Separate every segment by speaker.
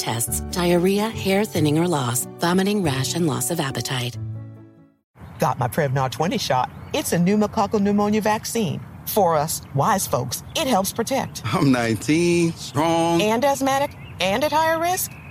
Speaker 1: tests, diarrhea, hair thinning or loss, vomiting, rash, and loss of appetite.
Speaker 2: Got my Prevnar 20 shot. It's a pneumococcal pneumonia vaccine. For us, wise folks, it helps protect.
Speaker 3: I'm 19, strong,
Speaker 2: and asthmatic, and at higher risk.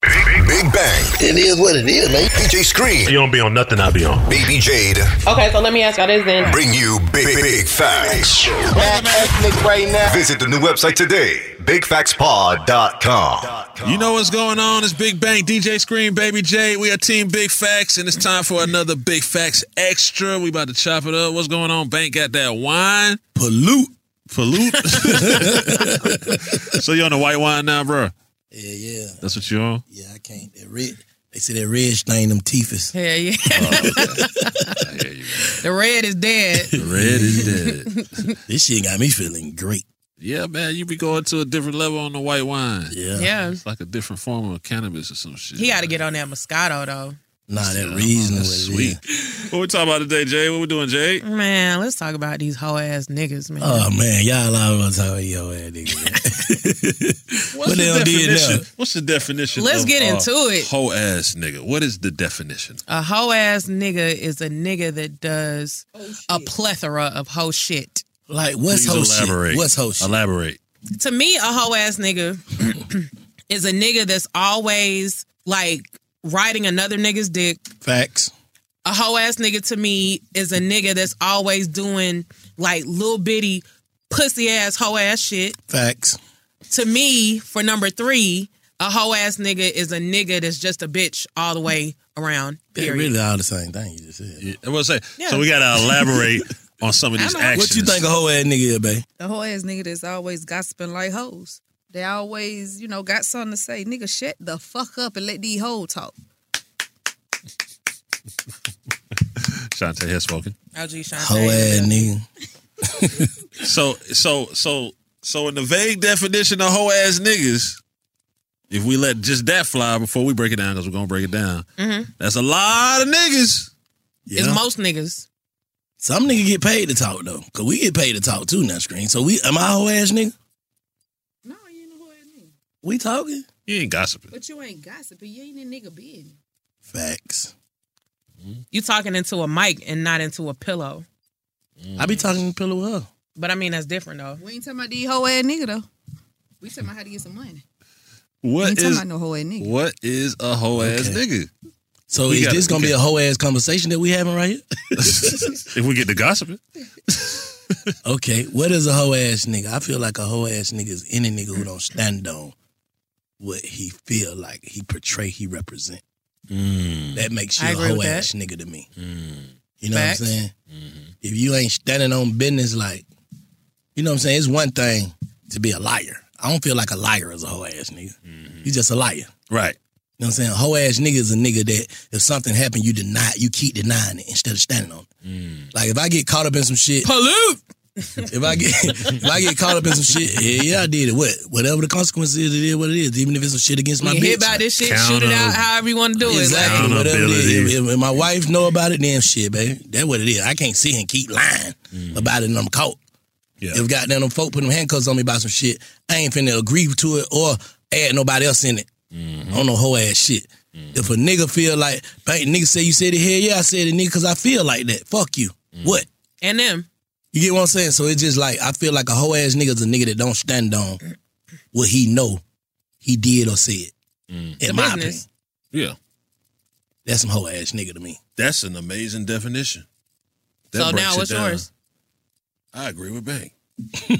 Speaker 4: Big, big, big bang. It is what it is, man. BJ Screen.
Speaker 5: You don't be on nothing, I be on.
Speaker 4: Baby Jade.
Speaker 6: Okay, so let me ask y'all this then.
Speaker 4: Bring you big, big, big facts.
Speaker 7: Black ethnic right now.
Speaker 4: Visit the new website today, bigfactspod.com.
Speaker 8: You know what's going on? It's Big Bang, DJ Screen, Baby J. We are Team Big Facts, and it's time for another Big Facts Extra. We about to chop it up. What's going on? Bank got that wine. Pollute. Pollute. so you on the white wine now, bro?
Speaker 9: Yeah, yeah.
Speaker 8: That's what you on?
Speaker 9: Yeah, I can't. That red. They say that red stain them teethers.
Speaker 6: Yeah, yeah.
Speaker 8: Oh.
Speaker 6: the red is dead.
Speaker 8: The red is dead.
Speaker 9: this shit got me feeling great.
Speaker 8: Yeah, man, you be going to a different level on the white wine.
Speaker 9: Yeah.
Speaker 6: Yeah.
Speaker 8: It's like a different form of cannabis or some shit.
Speaker 6: He got to
Speaker 8: man.
Speaker 6: get on that Moscato, though.
Speaker 9: Nah, that
Speaker 8: Yeah,
Speaker 9: reason
Speaker 8: that's
Speaker 9: was
Speaker 8: sweet.
Speaker 9: sweet.
Speaker 8: What we talking about today, Jay? What we doing, Jay?
Speaker 6: Man, let's talk about these hoe ass niggas, man.
Speaker 9: Oh man, y'all out of time, yo, ass nigga.
Speaker 8: What's
Speaker 9: what they
Speaker 8: the
Speaker 9: don't did
Speaker 8: definition?
Speaker 9: now?
Speaker 8: What's the definition?
Speaker 6: Let's
Speaker 8: of,
Speaker 6: get
Speaker 8: uh,
Speaker 6: into it.
Speaker 8: Whole ass nigga. What is the definition?
Speaker 6: A hoe ass nigga is a nigga that does a plethora of hoe shit.
Speaker 9: Like what's
Speaker 8: Please
Speaker 9: whole
Speaker 8: elaborate.
Speaker 9: shit? What's whole shit?
Speaker 8: Elaborate.
Speaker 6: To me, a hoe ass nigga is a nigga that's always like riding another nigga's dick.
Speaker 9: Facts.
Speaker 6: A whole ass nigga to me is a nigga that's always doing like little bitty pussy ass hoe ass shit.
Speaker 9: Facts.
Speaker 6: To me, for number three, a hoe ass nigga is a nigga that's just a bitch all the way around.
Speaker 9: They're
Speaker 6: Period.
Speaker 9: really all the same thing you just said.
Speaker 8: I was say,
Speaker 6: Yeah.
Speaker 8: so we got to elaborate on some of these actions.
Speaker 9: What you think a whole ass nigga is, babe?
Speaker 5: The whole ass nigga that's always gossiping like hoes. They always, you know, got something to say. Nigga, shut the fuck up and let these hoes talk.
Speaker 8: Shantae has spoken.
Speaker 6: OG Shantae.
Speaker 9: Hoe ass nigga.
Speaker 8: So, so, so, so, in the vague definition of hoe ass niggas, if we let just that fly before we break it down, because we're gonna break it down,
Speaker 6: Mhm.
Speaker 8: that's a lot of niggas.
Speaker 6: It's most niggas.
Speaker 9: Some nigga get paid to talk though, cause we get paid to talk too now, screen. So we, am I a whole ass nigga? No, you know who We talking
Speaker 8: You ain't gossiping.
Speaker 5: But you ain't gossiping. You ain't a nigga being.
Speaker 9: facts.
Speaker 6: You talking into a mic and not into a pillow.
Speaker 9: I be talking to pillow with her.
Speaker 6: But I mean, that's different though.
Speaker 5: We ain't talking about these hoe ass nigga though. We talking about how to get some money.
Speaker 8: What
Speaker 5: ain't talking
Speaker 8: is
Speaker 5: about no hoe ass nigga.
Speaker 8: what is a hoe ass nigga?
Speaker 9: So
Speaker 8: We
Speaker 9: is
Speaker 8: gotta-
Speaker 9: this gonna
Speaker 8: we
Speaker 9: be a
Speaker 8: gotta-
Speaker 9: whole ass conversation that we having right here?
Speaker 8: If we get to gossiping,
Speaker 9: Okay, what is a hoe ass nigga? I feel like a hoe ass nigga is any nigga who don't stand on what he feel like he portray, he represent. That makes
Speaker 6: Mm.
Speaker 9: you
Speaker 6: I
Speaker 9: a
Speaker 6: agree with
Speaker 9: hoe ass
Speaker 6: that.
Speaker 9: nigga to me. You know
Speaker 6: Facts.
Speaker 9: what I'm saying? If you ain't standing on business, like, you know what I'm saying? It's one thing to be a liar. I don't feel like a liar is a hoe ass nigga. You just a liar.
Speaker 8: right?
Speaker 9: You know what I'm saying? A hoe ass nigga is a nigga that if something happened, you deny, you keep denying it instead of standing on it. Like if I get caught up in some shit,
Speaker 6: pollute.
Speaker 9: If I get if I get caught up in some shit, yeah, yeah, I did it. What whatever the consequences is, it is what it is. Even if it's some shit against my
Speaker 6: You
Speaker 9: bitch,
Speaker 6: hit by this shit, shoot it out however you want to do it.
Speaker 9: Exactly.
Speaker 6: Like,
Speaker 9: Whatever it is. If, if my wife know about it, then shit, baby. That's what it is. I can't sit and keep lying about it and I'm caught. If goddamn them folk put them handcuffs on me about some shit, I ain't finna agree to it or add nobody else in it. I don't know whole ass shit. If a nigga feel like, "Bang, nigga say you said it here, yeah, I said it, nigga, because I feel like that. Fuck you. What?
Speaker 6: and them.
Speaker 9: You get what I'm saying? So it's just like I feel like a whole ass nigga's a nigga that don't stand on what he know he did or said. In
Speaker 6: The
Speaker 9: my
Speaker 6: Mm. business.
Speaker 9: opinion,
Speaker 8: Yeah,
Speaker 9: that's some whole ass nigga to me.
Speaker 8: that's an amazing definition.
Speaker 6: So
Speaker 8: breaks
Speaker 6: now
Speaker 8: it
Speaker 6: what's
Speaker 8: down.
Speaker 6: yours?
Speaker 8: I agree with Bank.
Speaker 9: yeah,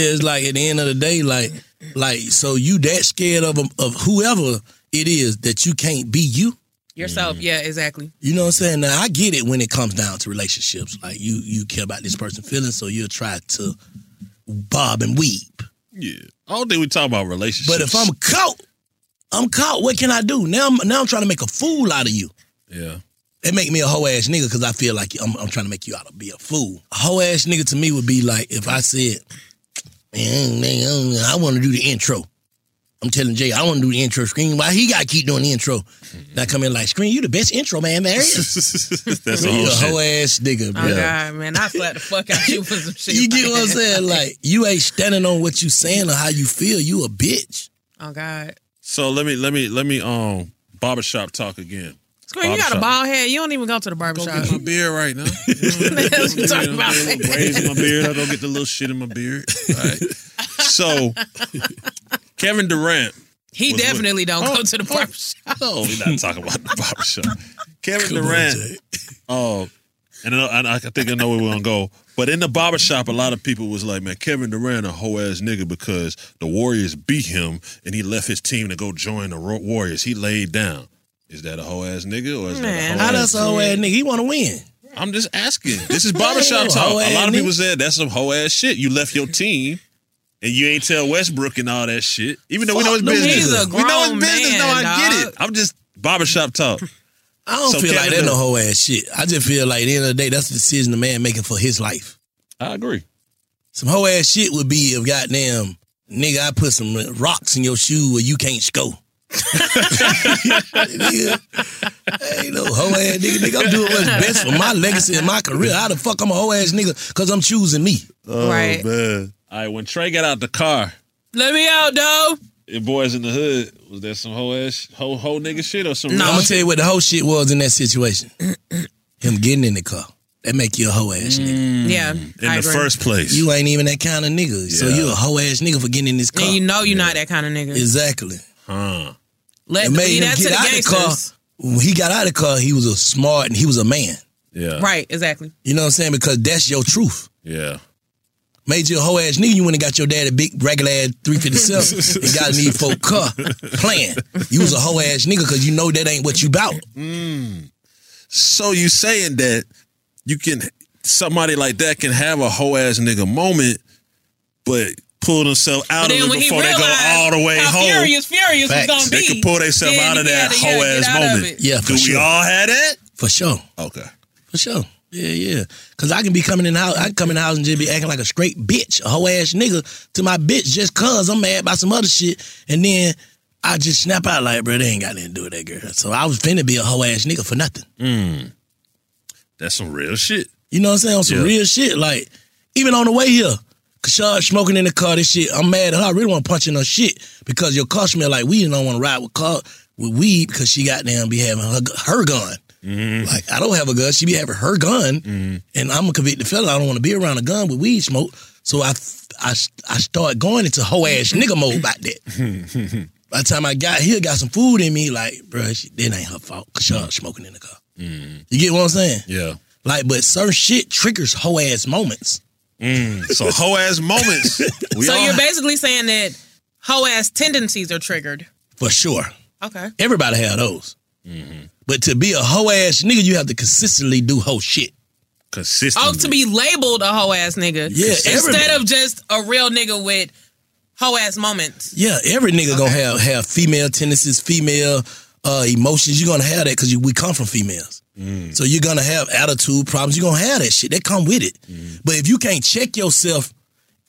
Speaker 9: it's like at the end of the day, like, like so you that scared of a- of whoever it is that you can't be you.
Speaker 8: Mm.
Speaker 6: Yourself. Yeah, exactly.
Speaker 9: You know what I'm saying? Now I get it when it comes down to relationships. Like you you care about this person's feelings, so you'll try to bob and weave.
Speaker 8: Yeah, I don't think we talk about relationships.
Speaker 9: But if I'm caught, I'm caught. What can I do? Now I'm now I'm trying to make a fool out of you.
Speaker 8: yeah,
Speaker 9: It make me a hoe ass nigga because I feel like I'm, I'm trying to make you out to be a fool. A hoe ass nigga to me would be like if I said, man, man, I, want to do the intro. I'm telling Jay, I want to do the intro screen. Why he got to keep doing the intro? And I come in like, screen, you the best intro man there is.
Speaker 8: That's
Speaker 9: you
Speaker 8: the
Speaker 9: a
Speaker 8: whole shit.
Speaker 9: hoe ass nigga, bro.
Speaker 6: Oh God, man, I slapped the fuck out you for some shit.
Speaker 9: You get what I'm saying? Like you ain't standing on what you saying or how you feel. You a bitch.
Speaker 6: Oh God,
Speaker 8: So let me let me let me um barbershop talk again.
Speaker 6: Scream, you got a
Speaker 8: Barbershop.
Speaker 6: bald head. You don't even go to the
Speaker 8: Go
Speaker 6: barbershop.
Speaker 8: get my beard right now.
Speaker 6: That's what we talking about.
Speaker 8: braids in my beard. I go get the little shit in my beard. All right. So Kevin Durant.
Speaker 6: He
Speaker 8: was with-
Speaker 6: definitely don't
Speaker 8: Oh,
Speaker 6: go to the barbershop.
Speaker 8: Oh, we're not talking about the barbershop. Kevin
Speaker 9: Come on,
Speaker 8: Durant.
Speaker 9: Jay.
Speaker 8: Oh, and I, know- and I think I know where we're gonna go. But in the barbershop, a lot of people was like, "Man, Kevin Durant a hoe ass nigga because the Warriors beat him and he left his team to go join the Ro- Warriors. He laid down. Is that a hoe ass nigga or is
Speaker 6: Man,
Speaker 8: that a
Speaker 9: How
Speaker 8: hoe ass
Speaker 9: that's a hoe ass nigga? He want to win.
Speaker 8: I'm just asking. This is barbershop talk.
Speaker 9: Hoe
Speaker 8: A lot
Speaker 9: ass
Speaker 8: of people
Speaker 9: nigga.
Speaker 8: said that's some hoe ass shit. You left your team and you ain't tell Westbrook and all that shit. Even though we know it's
Speaker 9: Fuck them
Speaker 8: business.
Speaker 9: niggas.
Speaker 6: He's a
Speaker 8: we know it's
Speaker 6: grown
Speaker 8: business.
Speaker 6: man,
Speaker 8: no, I get
Speaker 6: dog.
Speaker 8: it. I'm just barbershop talk.
Speaker 9: I don't
Speaker 8: So
Speaker 9: feel like
Speaker 8: Kevin
Speaker 9: that no
Speaker 8: Durant-
Speaker 9: whole ass shit. I just feel like at the end of the day, that's the decision the man making for his life.
Speaker 8: I agree.
Speaker 9: Some whole ass shit would be if goddamn nigga, I put some rocks in your shoe where you can't score. nigga, I ain't no hoe ass nigga. Nigga, I'm doing what's best for my legacy and my career. How the fuck I'm a hoe ass nigga? Cause I'm choosing me.
Speaker 8: Oh,
Speaker 6: Right.
Speaker 8: man. All right, when Trey got out the car,
Speaker 6: Let me out, though.
Speaker 8: and boys in the hood, was that some hoe ass hoe hoe nigga shit or some
Speaker 9: I'm
Speaker 8: real
Speaker 9: gonna
Speaker 8: shit?
Speaker 9: tell you what the whole shit was in that situation. Him getting in the car. That make you a hoe ass nigga.
Speaker 6: Mm. Yeah,
Speaker 8: in
Speaker 6: I
Speaker 8: the
Speaker 6: agree.
Speaker 8: first place.
Speaker 9: You ain't even that kind of nigga. So
Speaker 8: Yeah.
Speaker 9: you a hoe ass nigga for getting in this car.
Speaker 6: and you know you're not that kind of nigga.
Speaker 9: Exactly.
Speaker 8: huh.
Speaker 6: Let
Speaker 9: It made
Speaker 6: leave
Speaker 9: him
Speaker 6: that to
Speaker 9: get
Speaker 6: the
Speaker 9: out the car.
Speaker 6: gangsters.
Speaker 9: When he got out of the car, he was a smart and he was a man.
Speaker 8: Yeah.
Speaker 6: Right, exactly.
Speaker 9: You know what I'm saying? Because that's your truth.
Speaker 8: Yeah.
Speaker 9: Made you a whole ass nigga. You went and got your dad a big regular ass 357 and got a need for car playing. You was a whole ass nigga because you know that ain't what you bout.
Speaker 8: Mm. So you saying that you can somebody like that can have a whole ass nigga moment, but pull themselves out
Speaker 6: But
Speaker 8: of
Speaker 6: then
Speaker 8: it
Speaker 6: when he
Speaker 8: before they go
Speaker 6: realized
Speaker 8: all the way
Speaker 6: how
Speaker 8: home.
Speaker 6: furious, furious was gonna
Speaker 8: They
Speaker 6: be,
Speaker 8: can pull themselves
Speaker 6: then
Speaker 8: out of
Speaker 6: he
Speaker 8: that
Speaker 6: had to- yeah,
Speaker 8: whole
Speaker 6: get
Speaker 8: ass
Speaker 6: out of
Speaker 8: moment.
Speaker 6: it.
Speaker 9: Yeah, for
Speaker 8: Do we
Speaker 9: sure.
Speaker 8: all have that?
Speaker 9: For sure.
Speaker 8: Okay.
Speaker 9: For sure. Yeah, yeah. Cause I can be coming in the house, I can come in the house and just be acting like a straight bitch, a whole ass nigga to my bitch just cause I'm mad about some other shit. And then I just snap out like, bro, they ain't got nothing to do with that girl. So I was finna be a whole ass nigga for nothing.
Speaker 8: Mm. That's some real shit.
Speaker 9: You know what I'm saying? On some
Speaker 8: Yeah.
Speaker 9: real shit. Like, even on the way here, Kashad smoking in the car, this shit, I'm mad at her. I really want to punch in her shit because your car smell like weed and I don't want to ride with car with weed because she goddamn be having her, her gun. Like, I don't have a gun. She be having her gun
Speaker 8: Hmm.
Speaker 9: and I'm a convicted fella. I don't want to be around a gun with weed smoke. So I, I, I start going into whole ass nigga mode about that.
Speaker 8: Hmm.
Speaker 9: By the time I got here, got some food in me, like, bruh, she, that ain't her fault. Kashad smoking in the car. You get what I'm saying?
Speaker 8: Yeah.
Speaker 9: Like, but certain shit triggers whole ass moments.
Speaker 8: Mm, so whole ass moments.
Speaker 6: so you're basically saying that hoe ass tendencies are triggered.
Speaker 9: for sure.
Speaker 6: Okay.
Speaker 9: Everybody have those.
Speaker 8: Mm-hmm.
Speaker 9: But to be a hoe ass nigga, you have to consistently do hoe shit.
Speaker 8: Consistently.
Speaker 6: Oh, to be labeled a hoe ass nigga.
Speaker 9: Yeah,
Speaker 6: Instead
Speaker 9: everybody.
Speaker 6: of just a real nigga with hoe ass moments.
Speaker 9: Yeah, every nigga gonna have have female tendencies, female uh, emotions. You're gonna have that because we come from females.
Speaker 8: Hmm.
Speaker 9: So you're gonna have attitude problems. You're gonna have that shit. That come with it. But if you can't check yourself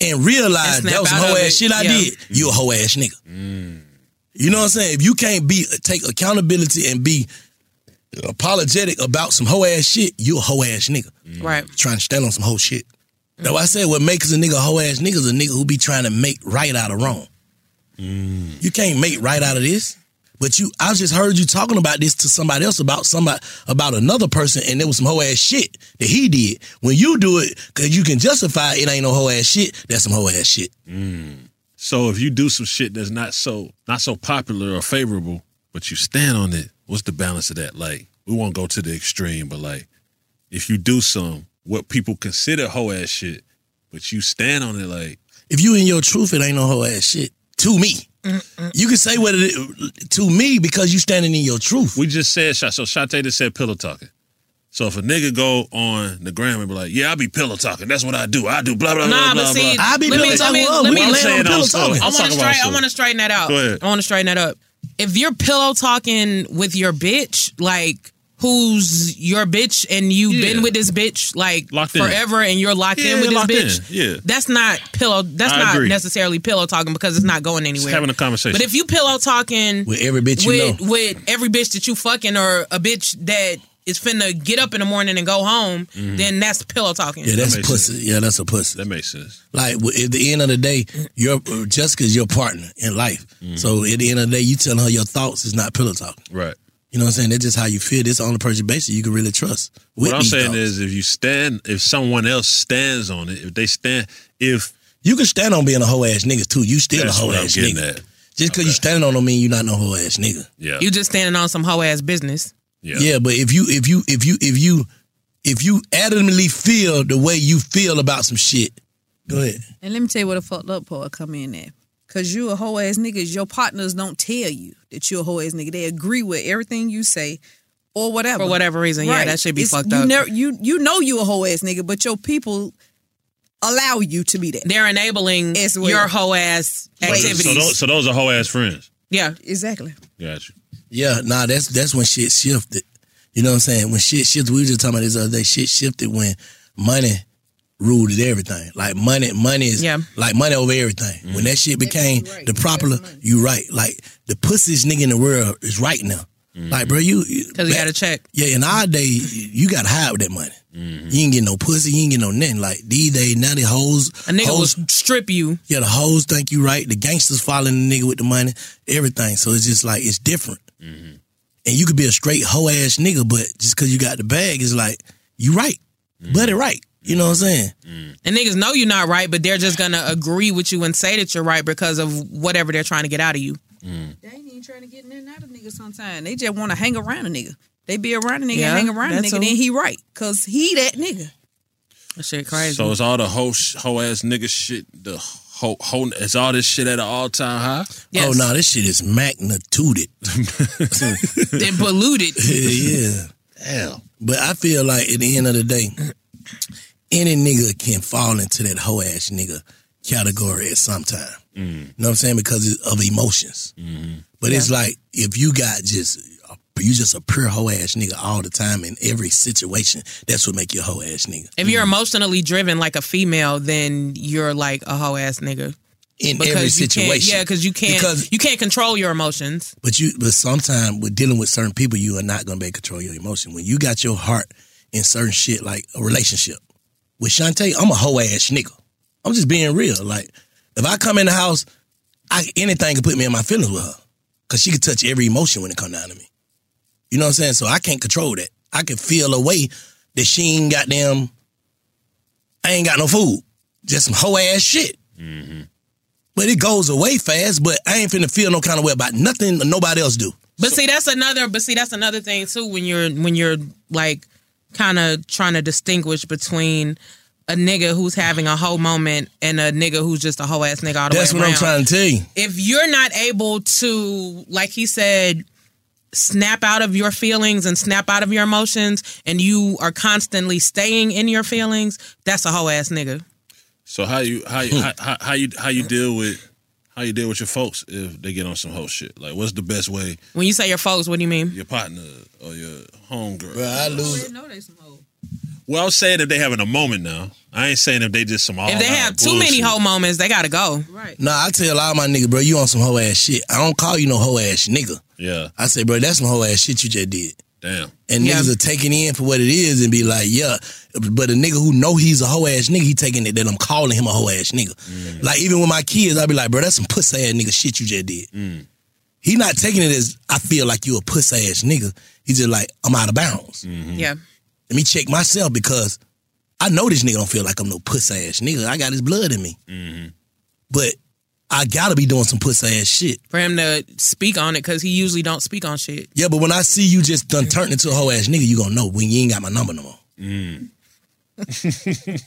Speaker 9: and realize
Speaker 8: And snap
Speaker 9: that was some
Speaker 8: out of
Speaker 9: hoe
Speaker 8: it,
Speaker 9: ass shit I
Speaker 8: yeah.
Speaker 9: did, you a hoe ass nigga. You know what I'm saying? If you can't be take accountability and be apologetic about some hoe ass shit, you a hoe ass nigga.
Speaker 6: Right.
Speaker 9: Trying to stand on some hoe shit.
Speaker 8: Mm.
Speaker 9: Now I said what makes a nigga a hoe ass nigga is a nigga who be trying to make right out of wrong.
Speaker 8: Hmm.
Speaker 9: You can't make right out of this. But you I just heard you talking about this to somebody else about somebody about another person and there was some hoe ass shit that he did. When you do it, cause you can justify it ain't no hoe ass shit, that's some hoe ass shit.
Speaker 8: Hmm. So if you do some shit that's not so not so popular or favorable, but you stand on it, what's the balance of that? Like we won't go to the extreme, but like if you do some what people consider hoe ass shit, but you stand on it, like
Speaker 9: If you in your truth, it ain't no whole ass shit. To me. You can say what it is to me because you standing in your truth.
Speaker 8: we just said, Sha- so Shante just said pillow talking. So if a nigga go on the gram and be like, "Yeah, I be pillow talking. That's what I do. I do blah blah
Speaker 6: Nah,
Speaker 8: blah blah
Speaker 6: but see,
Speaker 8: blah."
Speaker 9: I be
Speaker 6: let
Speaker 9: pillow
Speaker 6: me, Let
Speaker 9: talking.
Speaker 6: me,
Speaker 9: Well,
Speaker 6: let
Speaker 9: we
Speaker 6: me,
Speaker 8: I'm
Speaker 6: let
Speaker 8: saying
Speaker 6: me-
Speaker 8: on
Speaker 6: I
Speaker 8: stuff. I'm
Speaker 6: want
Speaker 8: talking
Speaker 6: to
Speaker 8: about
Speaker 6: straighten. I
Speaker 8: stuff.
Speaker 6: want to straighten that out.
Speaker 8: Go ahead.
Speaker 6: I want to straighten that up. If you're pillow talking with your bitch, like who's your bitch, and you've
Speaker 8: Yeah.
Speaker 6: been with this bitch like
Speaker 8: Locked in.
Speaker 6: forever, and you're locked
Speaker 8: Yeah,
Speaker 6: in with this
Speaker 8: locked in.
Speaker 6: bitch,
Speaker 8: Yeah.
Speaker 6: that's not pillow. That's
Speaker 8: I
Speaker 6: not
Speaker 8: agree.
Speaker 6: necessarily pillow talking because it's not going anywhere.
Speaker 8: Just having a conversation.
Speaker 6: But if you pillow talking
Speaker 9: With every bitch you
Speaker 6: with,
Speaker 9: know.
Speaker 6: with every bitch that you fucking or a bitch that is finna get up in the morning and go home, then that's pillow talking.
Speaker 9: Yeah, that's
Speaker 8: Mm-hmm. That makes
Speaker 9: pussy. Yeah, that's a pussy.
Speaker 8: that makes sense.
Speaker 9: Like w- at the end of the day, your Jessica's your partner in life.
Speaker 8: Mm.
Speaker 9: So at the end of the day, you telling her your thoughts is not pillow talking.
Speaker 8: Right.
Speaker 9: You know what I'm saying? That's just how you feel. This on the person basis you can really trust. With
Speaker 8: what I'm
Speaker 9: these
Speaker 8: saying
Speaker 9: thoughts.
Speaker 8: is, if you stand, if someone else stands on it, if they stand, if
Speaker 9: you can stand on being a whole ass nigga too. You still
Speaker 8: that's
Speaker 9: a whole
Speaker 8: what I'm
Speaker 9: ass
Speaker 8: getting
Speaker 9: nigga.
Speaker 8: at,
Speaker 9: Just because you standing on them mean you not no whole ass nigga.
Speaker 8: yeah,
Speaker 6: You just standing on some hoe ass business.
Speaker 8: yeah,
Speaker 9: Yeah, but if you if you if you if you if you adamantly feel the way you feel about some shit, go ahead.
Speaker 5: And let me tell you where the fucked up part come in at. Cause you a whole ass niggas, your partners don't tell you that you a whole ass nigga. They agree with everything you say or whatever.
Speaker 6: For whatever reason, yeah, that should be fucked
Speaker 5: you
Speaker 6: up.
Speaker 5: never- you you know you a whole ass nigga, but your people allow you to be that.
Speaker 6: They're enabling
Speaker 5: As well.
Speaker 6: your hoe ass activities.
Speaker 8: So those, so those are whole ass friends.
Speaker 6: yeah,
Speaker 5: Exactly.
Speaker 8: Got you.
Speaker 9: Yeah, nah, that's that's when shit shifted. You know what I'm saying? When shit shifted, we were just talking about this the other day. Shit shifted when money ruled it everything. Like money, money is
Speaker 6: Yeah.
Speaker 9: like money over everything. When that shit became the popular, you right. Like the pussiest nigga in the world is right now. Like bro, you
Speaker 6: because you got to
Speaker 9: back-
Speaker 6: check.
Speaker 9: Yeah, in our day, you got to hide with that money. You ain't get no pussy. You ain't get no nothing. Like these days, now the hoes,
Speaker 6: A nigga
Speaker 9: hoes,
Speaker 6: will strip you.
Speaker 9: yeah, the hoes think you right. The gangsters following the nigga with the money, everything. So it's just like it's different. And you could be a straight hoe ass nigga, but just because you got the bag, it's like you right, but it right. You know what I'm saying?
Speaker 6: And niggas know you're not right, but they're just gonna agree with you and say that you're right because of whatever they're trying to get out of you.
Speaker 5: They ain't ain't trying to get in and out of niggas sometimes. They just want to hang around a nigga. They be around a nigga
Speaker 6: Yeah,
Speaker 5: and hang around a
Speaker 6: that's
Speaker 5: nigga,
Speaker 6: who.
Speaker 5: then he right. Cause he that nigga.
Speaker 6: That shit crazy.
Speaker 8: So it's all the whole whole ass nigga shit. The whole, whole it's all this shit at an all time high.
Speaker 9: Oh no, this shit is magnituded.
Speaker 6: Then polluted.
Speaker 9: yeah, yeah. Damn. But I feel like at the end of the day, any nigga can fall into that hoe ass nigga category at some time. You know what I'm saying? Because it's of emotions. But it's like if you got just you just a pure hoe ass nigga all the time in every situation. That's what make you a hoe ass nigga.
Speaker 6: If you're emotionally driven like a female, then you're like a hoe ass nigga.
Speaker 9: In every
Speaker 6: you can't-
Speaker 9: situation.
Speaker 6: yeah, because you can't
Speaker 9: Because-
Speaker 6: you can't control your emotions.
Speaker 9: But you, but sometimes with dealing with certain people, you are not going to be able to control your emotion. When you got your heart in certain shit, like a relationship with Shantae, I'm a hoe ass nigga. I'm just being real. Like if I come in the house, I anything can put me in my feelings with her, cause she can touch every emotion when it come down to me. You know what I'm saying? So I can't control that. I can feel a way that she ain't got them. I ain't got no food. Just some hoe ass shit. But it goes away fast. But I ain't finna feel no kind of way about nothing that nobody else do.
Speaker 6: But see, that's another. But see, that's another thing too. When you're when you're like kind of trying to distinguish between a nigga who's having a whole moment and a nigga who's just a whole ass nigga all the
Speaker 9: That's
Speaker 6: way
Speaker 9: what I'm trying to tell you.
Speaker 6: If you're not able to, like he said, snap out of your feelings and snap out of your emotions, and you are constantly staying in your feelings, that's a whole ass nigga.
Speaker 8: So how you how you how, how, how you how you deal with how you deal with your folks if they get on some whole shit? Like, what's the best way?
Speaker 6: When you say your folks, what do you mean?
Speaker 8: Your partner or your homegirl.
Speaker 9: Bro, I lose.
Speaker 8: Well, I'm saying if they having a moment now. I ain't saying if they just some.
Speaker 6: if they have too many whole moments, they gotta go. Right.
Speaker 9: Nah, I tell all my niggas, bro, you on some hoe ass shit. I don't call you no hoe ass nigga.
Speaker 8: Yeah.
Speaker 9: I say, bro, that's some hoe ass shit you just did.
Speaker 8: Damn.
Speaker 9: And niggas are taking in for what it is and be like, yeah. But a nigga who know he's a hoe ass nigga, he taking it that I'm calling him a hoe ass nigga.
Speaker 8: Mm.
Speaker 9: Like even with my kids, I be like, bro, that's some pussy ass nigga shit you just did.
Speaker 8: Mm,
Speaker 9: He not taking it as I feel like you a pussy ass nigga. He just like, I'm out of bounds.
Speaker 6: Yeah.
Speaker 9: Let me check myself because I know this nigga don't feel like I'm no pussy ass nigga. I got his blood in me. But I gotta be doing some pussy ass shit.
Speaker 6: For him to speak on it, because he usually don't speak on shit.
Speaker 9: Yeah, but when I see you just done turned into a hoe ass nigga, you gonna know when you ain't got my number no more.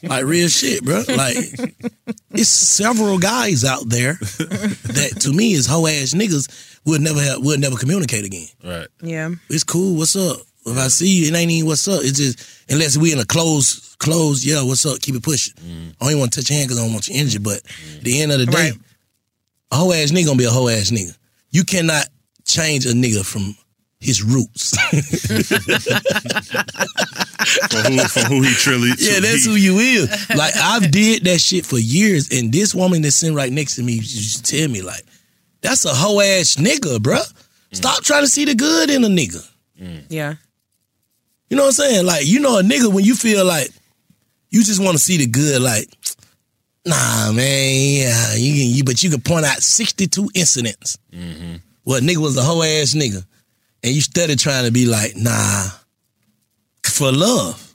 Speaker 9: like real shit, bro. Like it's several guys out there that to me is hoe ass niggas will never have, will never communicate again.
Speaker 8: Right.
Speaker 6: Yeah.
Speaker 9: It's cool. What's up? If I see you, it ain't even what's up. It's just unless we in a close close. Yeah, what's up? Keep it pushing.
Speaker 8: Mm.
Speaker 9: I don't even want to touch your hand because I don't want your energy. But at the end of the day, a hoe ass nigga gonna be a hoe ass nigga. You cannot change a nigga from his roots.
Speaker 8: For who, for who he truly.
Speaker 9: yeah, that's
Speaker 8: he-
Speaker 9: who you is. Like I've did that shit for years, and this woman that's sitting right next to me used to tell me like, "That's a hoe ass nigga, bruh. Stop trying to see the good in a nigga."
Speaker 6: Yeah.
Speaker 9: You know what I'm saying? Like you know a nigga when you feel like you just want to see the good. Like, nah, man, yeah, you can, you, but you can point out 62 incidents
Speaker 8: mm-hmm.
Speaker 9: where a nigga was a hoe ass nigga, and you started trying to be like, nah, for love.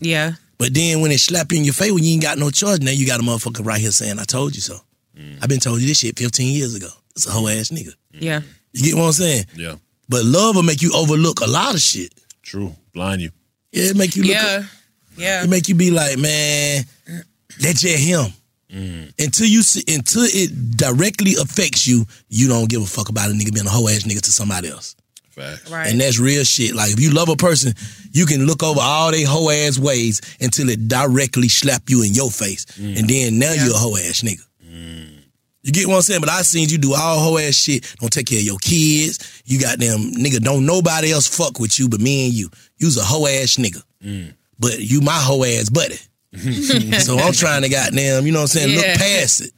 Speaker 6: Yeah.
Speaker 9: But then when it slap you in your face when you ain't got no choice, now you got a motherfucker right here saying, I told you so. I've been told you this shit 15 years ago. It's a hoe ass nigga.
Speaker 6: Yeah.
Speaker 9: You get what I'm saying?
Speaker 8: Yeah.
Speaker 9: But love will make you overlook a lot of shit.
Speaker 8: True. Blind you.
Speaker 9: Yeah, it make you look
Speaker 6: Yeah. Yeah.
Speaker 9: it make you be like, man, that's just him.
Speaker 8: Mm.
Speaker 9: Until you see, until it directly affects you, you don't give a fuck about a nigga being a hoe ass nigga to somebody else.
Speaker 8: Facts.
Speaker 6: Right.
Speaker 9: And that's real shit. Like if you love a person, you can look over all they hoe ass ways until it directly slap you in your face,
Speaker 8: Mm.
Speaker 9: and then now you're a hoe ass nigga. You get what I'm saying? But I seen you do all hoe ass shit. Don't take care of your kids. You got them nigga. Don't nobody else fuck with you but me and you. You's a hoe ass nigga.
Speaker 8: Mm.
Speaker 9: But you my hoe ass buddy. so I'm trying to goddamn, you know what I'm saying?
Speaker 8: Yeah.
Speaker 9: Look past it.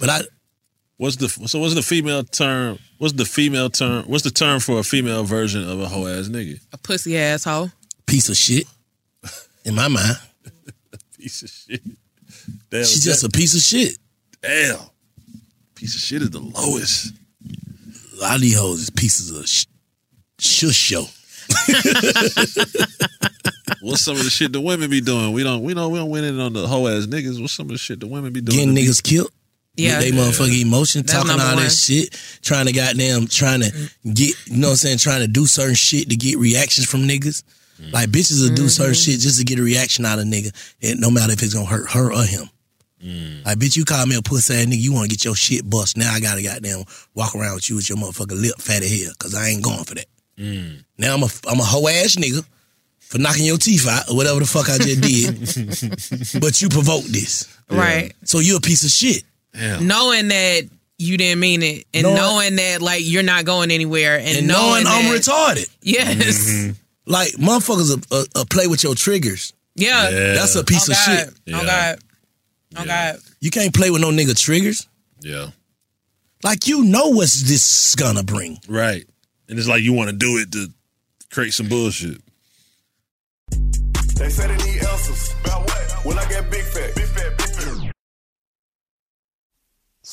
Speaker 9: But I
Speaker 8: Mm-hmm. What's the so? What's the female term? What's the female term? What's the term for a female version of a hoe ass nigga?
Speaker 6: A pussy asshole.
Speaker 9: piece of shit in my mind.
Speaker 8: Piece of shit. Damn,
Speaker 9: She's just a piece of shit.
Speaker 8: damn. Piece of shit is the lowest.
Speaker 9: A lot of these hoes is pieces of sh- shush show.
Speaker 8: What's some of the shit the women be doing? We don't we don't we don't win it on the hoe ass niggas. What's some of the shit the women be doing?
Speaker 9: Getting
Speaker 8: to be-
Speaker 9: niggas killed. Yeah. They motherfucking emotion,
Speaker 8: That's
Speaker 9: talking
Speaker 8: number
Speaker 9: all
Speaker 8: one.
Speaker 9: that shit, trying to goddamn, trying to get, you know what I'm saying, trying to do certain shit to get reactions from niggas.
Speaker 8: Mm.
Speaker 9: Like bitches will
Speaker 8: Mm-hmm.
Speaker 9: do certain shit just to get a reaction out of nigga, and no matter if it's gonna hurt her or him.
Speaker 8: Mm.
Speaker 9: Like bitch, you call me a pussy ass nigga, you wanna get your shit bust. Now I gotta goddamn walk around with you with your motherfucking lip fatty hair, cause I ain't going for that.
Speaker 8: Mm.
Speaker 9: Now I'm a I'm a hoe ass nigga for knocking your teeth out or whatever the fuck I just did. but you provoked this.
Speaker 6: Right.
Speaker 9: So you a piece of shit.
Speaker 6: knowing that you didn't mean it, and
Speaker 9: Knowing-
Speaker 6: knowing, that like you're not going anywhere, and,
Speaker 9: And knowing I'm
Speaker 6: that-
Speaker 9: retarded.
Speaker 6: Yes.
Speaker 9: Like motherfuckers a, a, a play with your triggers.
Speaker 6: Yeah. Yeah.
Speaker 9: That's a piece
Speaker 6: Oh,
Speaker 9: of
Speaker 6: God.
Speaker 9: shit.
Speaker 6: Oh, God. Oh, God.
Speaker 9: You can't play with no nigga triggers.
Speaker 8: Yeah.
Speaker 9: Like you know what's this gonna bring.
Speaker 8: Right. And it's like you want to do it to create some bullshit.
Speaker 4: They say they need answers. About what? When I get big fat. Big fat, big fat.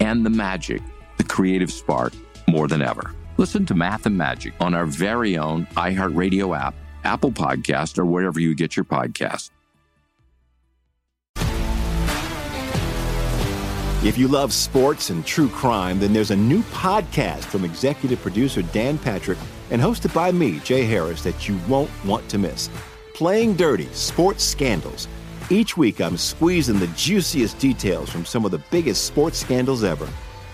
Speaker 10: and the magic, the creative spark, more than ever. Listen to Math and Magic on our very own iHeartRadio app, Apple Podcast, or wherever you get your podcast.
Speaker 11: If you love sports and true crime, then there's a new podcast from executive producer Dan Patrick and hosted by me, Jay Harris, that you won't want to miss. Playing Dirty Sports Scandals. Each week, I'm squeezing the juiciest details from some of the biggest sports scandals ever.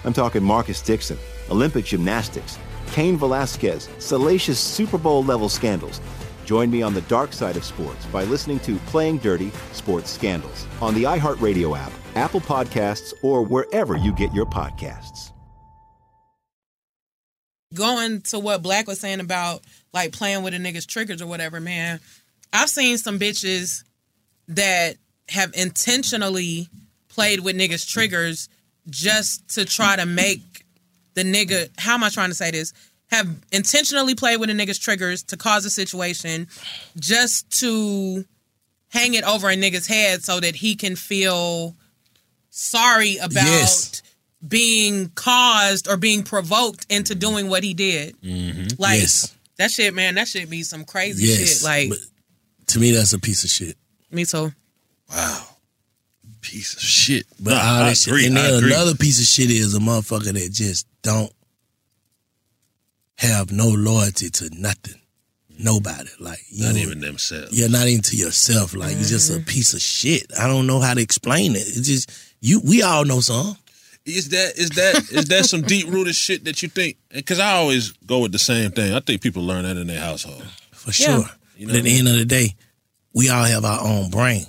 Speaker 11: I'm talking Marcus Dixon, Olympic gymnastics, Kane Velasquez, salacious Super Bowl level scandals. Join me on the dark side of sports by listening to Playing Dirty Sports Scandals on the iHeartRadio app, Apple Podcasts, or wherever you get your podcasts.
Speaker 6: going to what Black was saying about like playing with a nigga's triggers or whatever, man, I've seen some bitches that have intentionally played with niggas' triggers just to try to make the nigga, how am I trying to say this? Have intentionally played with a nigga's triggers to cause a situation just to hang it over a nigga's head so that he can feel sorry about
Speaker 9: Yes.
Speaker 6: being caused or being provoked into doing what he did.
Speaker 9: Mm-hmm.
Speaker 6: Like
Speaker 9: yes,
Speaker 6: that shit, man. That shit be some crazy
Speaker 9: yes.
Speaker 6: shit. Like
Speaker 9: But to me, that's a piece of shit.
Speaker 6: me too.
Speaker 8: Piece of shit.
Speaker 9: But
Speaker 8: Nah,
Speaker 9: all
Speaker 8: I
Speaker 9: that shit-
Speaker 8: agree,
Speaker 9: and
Speaker 8: I
Speaker 9: then
Speaker 8: agree.
Speaker 9: another piece of shit is a motherfucker that just don't have no loyalty to nothing, nobody. Like you
Speaker 8: Not
Speaker 9: know,
Speaker 8: even themselves.
Speaker 9: You're not even to yourself. Like you're just a piece of shit. I don't know how to explain it. It's just you. We all know some.
Speaker 8: Is that is that is that some deep rooted shit that you think? Because I always go with the same thing. I think people learn that in their household.
Speaker 9: for sure.
Speaker 8: You know
Speaker 9: but at
Speaker 8: what I
Speaker 9: the end of the day, we all have our own brain.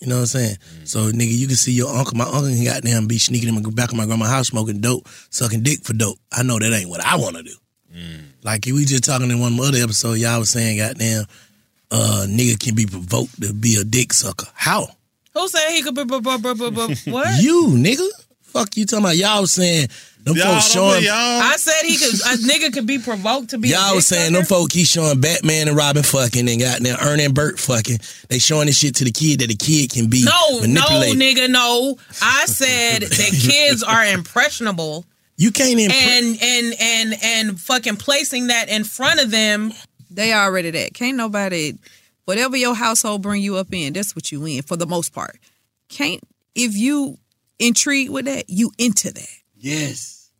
Speaker 9: You know what I'm saying?
Speaker 8: Mm-hmm.
Speaker 9: So nigga, you can see your uncle. My uncle can goddamn be sneaking in the back of my grandma's house smoking dope, sucking dick for dope. I know that ain't what I want to do.
Speaker 8: Mm.
Speaker 9: Like we just talking in one other episode, y'all was saying goddamn, uh, nigga can be provoked to be a dick sucker. How?
Speaker 6: Who said he could? Bu- bu- bu- bu- bu- bu- what?
Speaker 9: You nigga? Fuck you talking about? Y'all was saying them folks showing.
Speaker 6: I said he could. A nigga could be provoked to be. a
Speaker 9: Y'all was
Speaker 6: dick
Speaker 9: saying them folk keep showing Batman and Robin fucking and goddamn Ernie and Bert fucking. They showing this shit to the kid that the kid can be
Speaker 6: No, no,
Speaker 9: manipulated.
Speaker 6: nigga, no. I said that kids are impressionable.
Speaker 9: You can't impre-
Speaker 6: and and and and fucking placing that in front of them.
Speaker 2: They already that. Can't nobody, whatever your household bring you up in, that's what you in for the most part. Can't if you intrigued with that, you into that.
Speaker 8: Yes.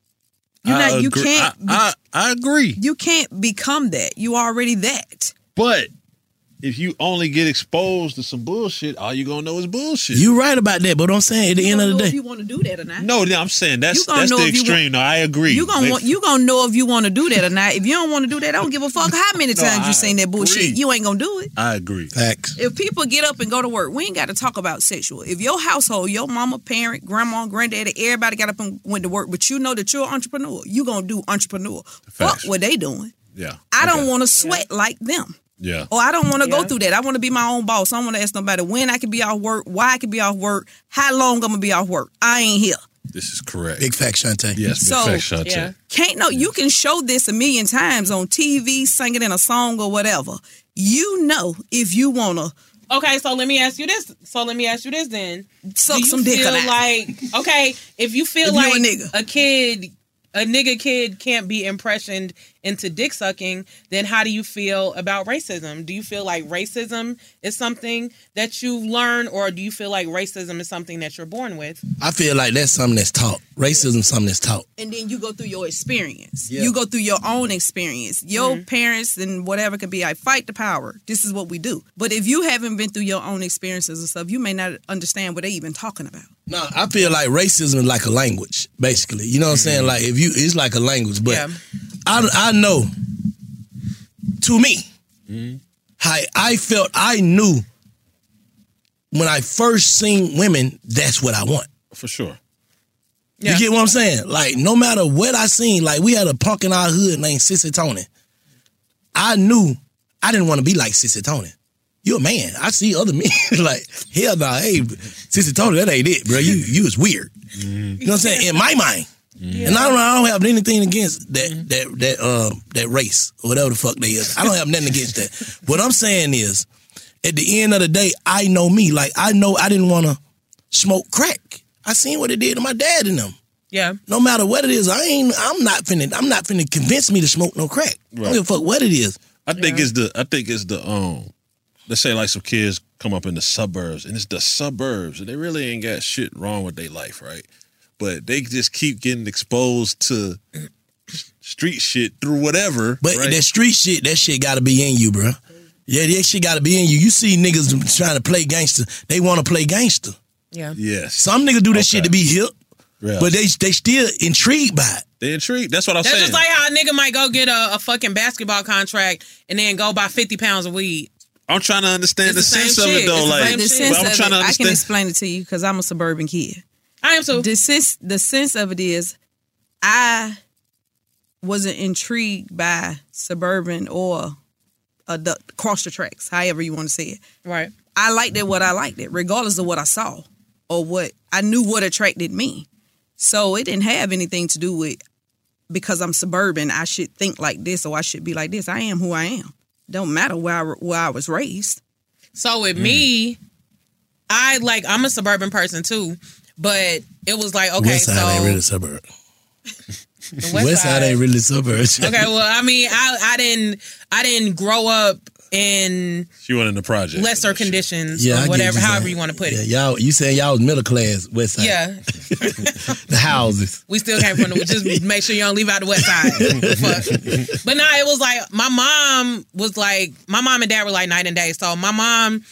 Speaker 2: You
Speaker 8: I
Speaker 2: not. You
Speaker 8: agree.
Speaker 2: can't.
Speaker 8: I- I, I agree.
Speaker 2: You can't become that. You already that.
Speaker 8: But if you only get exposed to some bullshit, all you gonna know is bullshit.
Speaker 9: You right about that, but what I'm saying at the end of the day,
Speaker 2: you want to do that or not?
Speaker 8: No, no, I'm saying that's
Speaker 2: You gonna
Speaker 8: that's
Speaker 2: know
Speaker 8: the
Speaker 2: if you
Speaker 8: extreme. no, I agree.
Speaker 2: You gonna
Speaker 8: Like,
Speaker 2: want, you gonna know if you want to do that or not. If you don't want to do that, I don't give a fuck how many
Speaker 8: No,
Speaker 2: times
Speaker 8: I
Speaker 2: you seen that bullshit.
Speaker 8: agree.
Speaker 2: You ain't gonna do it.
Speaker 8: I agree.
Speaker 9: Facts.
Speaker 2: If people get up and go to work, we ain't got to talk about sexual. If your household, your mama, parent, grandma, granddaddy, everybody got up and went to work, but you know that you're an entrepreneur, you gonna do entrepreneur. Fuck what they doing.
Speaker 8: Yeah.
Speaker 2: I don't want to sweat like them.
Speaker 8: Yeah.
Speaker 2: Or Oh, I don't want to go through that. I want to be my own boss. I want to ask nobody when I can be off work, why I can be off work, how long I'm gonna be off work. I ain't here.
Speaker 8: This is correct.
Speaker 9: Big fact, Shantae.
Speaker 8: Yes, big
Speaker 2: So
Speaker 8: fact, Shantae.
Speaker 2: can't no. You can show this a million times on TV, singing in a song or whatever. You know if you wanna.
Speaker 6: Okay, so let me ask you this. So let me ask you this then.
Speaker 2: Suck
Speaker 6: Do you
Speaker 2: some dick or
Speaker 6: feel
Speaker 2: not?
Speaker 6: like okay, if you feel
Speaker 2: If you a
Speaker 6: like
Speaker 2: nigga.
Speaker 6: a kid a nigga kid can't be impressioned into dick sucking, then how do you feel about racism? Do you feel like racism is something that you learn or do you feel like racism is something that you're born with?
Speaker 9: I feel like that's something that's taught. Racism, something that's taught.
Speaker 2: And then you go through your experience.
Speaker 9: Yeah.
Speaker 2: You go through your own experience. Your parents and whatever could be like, fight the power. This is what we do. But if you haven't been through your own experiences and stuff, you may not understand what they even talking about.
Speaker 9: No, I feel like racism is like a language, basically. You know what I'm
Speaker 8: Mm-hmm.
Speaker 9: saying? Like if you, it's like a language. But I, I know. To me,
Speaker 8: Mm-hmm.
Speaker 9: I I felt I knew when I first seen women. That's what I want.
Speaker 8: For sure.
Speaker 9: You get what I'm saying? Like no matter what I seen, like we had a punk in our hood named Sissy Tony. I knew I didn't want to be like Sissy Tony. You a man. I see other men like hell no. hey, Sissy Tony, that ain't it, bro. You you is weird. You know what I'm saying? In my mind. And I don't, I don't have anything against that that that uh, that race or whatever the fuck they is. I don't have nothing against that. What I'm saying is, at the end of the day, I know me. Like I know I didn't want to smoke crack. I seen what it did to my dad and them.
Speaker 6: Yeah.
Speaker 9: No matter what it is, I ain't. I'm not finna. I'm not finna convince me to smoke no crack. I don't give a fuck what it is.
Speaker 8: I think it's the I think it's the um let's say like some kids come up in the suburbs and it's the suburbs and they really ain't got shit wrong with their life, right? But they just keep getting exposed to street shit through whatever.
Speaker 9: But that street shit, that shit gotta be in you, bro. Yeah, that shit gotta be in you. You see niggas trying to play gangster. They want to play gangster.
Speaker 6: Yeah.
Speaker 8: Yes.
Speaker 9: Some niggas do that shit to be hip,
Speaker 8: Yeah.
Speaker 9: but they they still intrigued by it.
Speaker 8: They intrigued. That's what I'm
Speaker 6: That's
Speaker 8: saying.
Speaker 6: just like how a nigga might go get a, a fucking basketball contract and then go buy 50 pounds of weed.
Speaker 8: I'm trying to understand
Speaker 6: It's
Speaker 8: the,
Speaker 6: the
Speaker 8: sense
Speaker 6: same
Speaker 8: of it
Speaker 6: shit.
Speaker 8: though.
Speaker 6: It's the
Speaker 8: Like,
Speaker 6: same
Speaker 8: but
Speaker 2: the sense
Speaker 8: I'm
Speaker 2: of
Speaker 8: trying
Speaker 2: it,
Speaker 8: to
Speaker 2: I can
Speaker 8: understand.
Speaker 2: explain it to you because I'm a suburban kid.
Speaker 6: I am so.
Speaker 2: The sense, the sense of it is, I wasn't intrigued by Suburban or uh, the, Cross the Tracks, however you want to say it.
Speaker 6: Right.
Speaker 2: I liked it what I liked it, regardless of what I saw or what I knew what attracted me. So it didn't have anything to do with because I'm suburban, I should think like this or I should be like this. I am who I am. Don't matter where I, where I was raised.
Speaker 6: So with me, I like I'm a suburban person too, but it was like okay,
Speaker 9: West side
Speaker 6: so
Speaker 9: ain't really suburb.
Speaker 6: West
Speaker 9: West side ain't really suburb.
Speaker 6: okay, well, I mean, I I didn't I didn't grow up in
Speaker 8: She went in the project.
Speaker 6: lesser conditions
Speaker 9: Yeah,
Speaker 6: or
Speaker 9: I get
Speaker 6: whatever,
Speaker 9: you
Speaker 6: however
Speaker 9: saying.
Speaker 6: you want to put
Speaker 9: Yeah,
Speaker 6: it.
Speaker 9: y'all. You saying y'all was middle class West side.
Speaker 6: Yeah,
Speaker 9: The houses.
Speaker 6: we still came from the just make sure you don't leave out the west side. Fuck. But no, it was like my mom was like my mom and dad were like night and day. So my mom